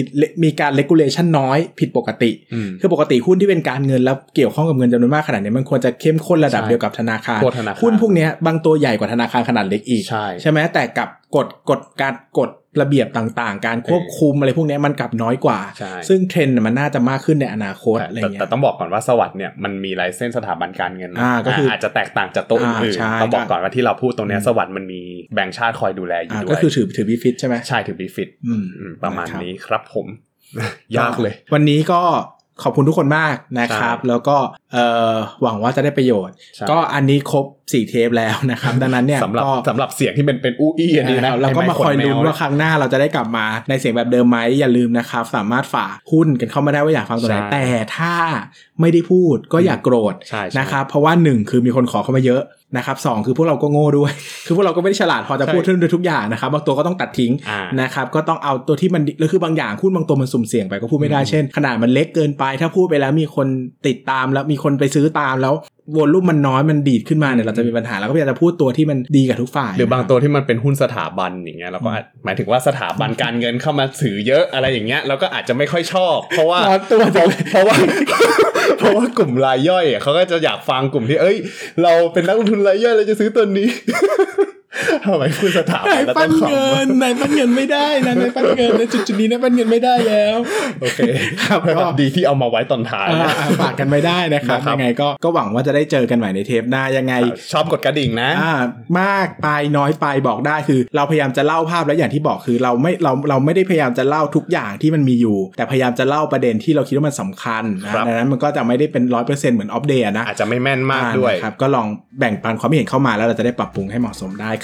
มีการเลกูเลชันน้อยผิดปกติ
อืม
คือปกติหุ้นที่เป็นการเงินแล้วเกี่ยวข้องกับเงินจำนวนมากขนาดเนี้ยมันควรจะเข้มข้นระดับ
ใช่
เดียวกับธนาคาร
โทษธนาคาร
หุ้นพวกเนี้ยบางตัวใหญ่กว่าธนาคารขนาดเล็กอีก
ใช่
ใช่ไหมแต่กับกฎกฎการกฎระเบียบต่างๆ การควบคุมอะไรพวกเนี้ยมันกลับน้อยกว่า
ใช่
ซึ่งเทรนด์น่ะมันน่าจะมากขึ้นในอนาคตอะไร
แต่
เงี้ย
แต่ต้องบอกก่อนว่าสวัสด์เนี่ยมันมีไลเส้นสถาบันการเงินนะ
อ่าก็คืออ่
าอาจจะแตกต่างจากตัว
อ่า
อื่น
ใช่
ๆต้องบอกก่อนว่าที่เราพูดตรงเนี้ย
อืม
สวัสด์มันมีแบ่งค์ชาติคอยดูแลอยู่
อ่า
ด้วย
ก็คือถือถือบีฟิตใช่ไหม
ใช่ถือบีฟิต
อืม
ประมาณนี้ครับผม ยากเลย
วันนี้ก็ขอบคุณทุกคนมากนะครับ
ใช่
แล้วก็เอ่อหวังว่าจะได้ประโยชน์
ใช่
ก็อันนี้ครบ 4 เทปแล้วนะครับ
*laughs*
ดังนั้นเนี่ย
สำหรับ
ก็
สำหรับเสียงที่เป็นเป็นอู้อี้อันนี้นะ
เราก็มาคอยลุ้น
ไไขแม
ว่าครั้งหน้าเราจะได้กลับมาในเสียงแบบเดิมไหมอย่าลืมนะครับ สามารถฝากหุ้นกันเข้ามาได้ว่าอยากฟังตัวไหนแต่ถ้าไม่ได้พูดก็อย่าโกรธ
ใช่ใช่
นะครับ เพราะว่าหนึ่งคือมีคนขอเข้ามาเยอะนะครับสองคือพวกเราก็โง่ด้วย *laughs* คือพวกเราก็ไม่ได้ฉลาดพอจะ
ใช่
พูดเรื่องทุกอย่างนะครับบางตัวก็ต้องตัดทิ้ง
อ่า
นะครับก็ต้องเอาตัวที่มันดีแล้วคือบางอย่างหุ้นบางตัวมันสุ่มเสี่ยงไปก็พูดไม่ได้
อืม
เช่น ขนาดมันเล็กเกินไป ถ้าพูดไปแล้วมีคนติดตามแล้วมีคนไปซื้อตามแล้ววอลลุ่มมันน้อยมันดีดขึ้นมาเนี่ย
อืม
เราจะมีปัญหาเราก็พยายามจะพูดตัวที่มันดีกับทุกฝ่าย
หรือบาง
นะค
ตัวที่มันเป็นหุ้นสถาบันอย่างเงี้ยเราก็อาจหมายถึงว่าสถาบันการเงินเข้ามาถือเยอะอะไรอย่างเงี้ยเราก็อาจจะไม่ค่อยชอบ เพราะว่า
ร้อนตัวจัง
เพราะว่า *laughs* เพราะว่ากลุ่มรายย่อยอะเขาก็จะอยากฟังกลุ่มที่เอ้ย เราเป็นนักลงทุนรายย่อยเราจะซื้อตัวนี้ *laughs* ทำไมคุณสถา
รับ
บั
*laughs* นา
น
ย
แล้ว
ปั้
ต้อน งข
เงิ
*laughs*
นนายปั้นเงินไม่ได้นะนายปั้นเงินในะจุดจุดๆนี้นายปั้นเงินไม่ได้แล้ว
ำโอเค
ครับก็
ดีที่เอามาไว้ตอนท้ายนะ
อ่าฝากกันไม่ได้นะครับ
นะครับ
ยังไงก็ก็หวังว่าจะได้เจอกันใหม่ในเทปหน้ายังไง
ชอบกดกระดิ่งนะ
อ่ามากไปน้อยไปบอกได้คือ เราพยายามจะเล่าภาพและอย่างที่บอกคือเราไม่เราเราไม่ได้พยายามจะเล่าทุกอย่างที่มันมีอยู่ แต่พยายามจะเล่าประเด็นที่เราคิดว่ามันสำคัญนะครับ ดังนั้นมันก็จะไม่ได้เป็นร้อยเปอร์เซ็นต์เหมือนอัปเดตนะ
อาจจะไม่แม่นมากด้วย
อ่นะครับก็ลองแบ่งปันความเห็นเข้ามาแล้วเราจะได้ปรับปรุงให้เหมาะสมได้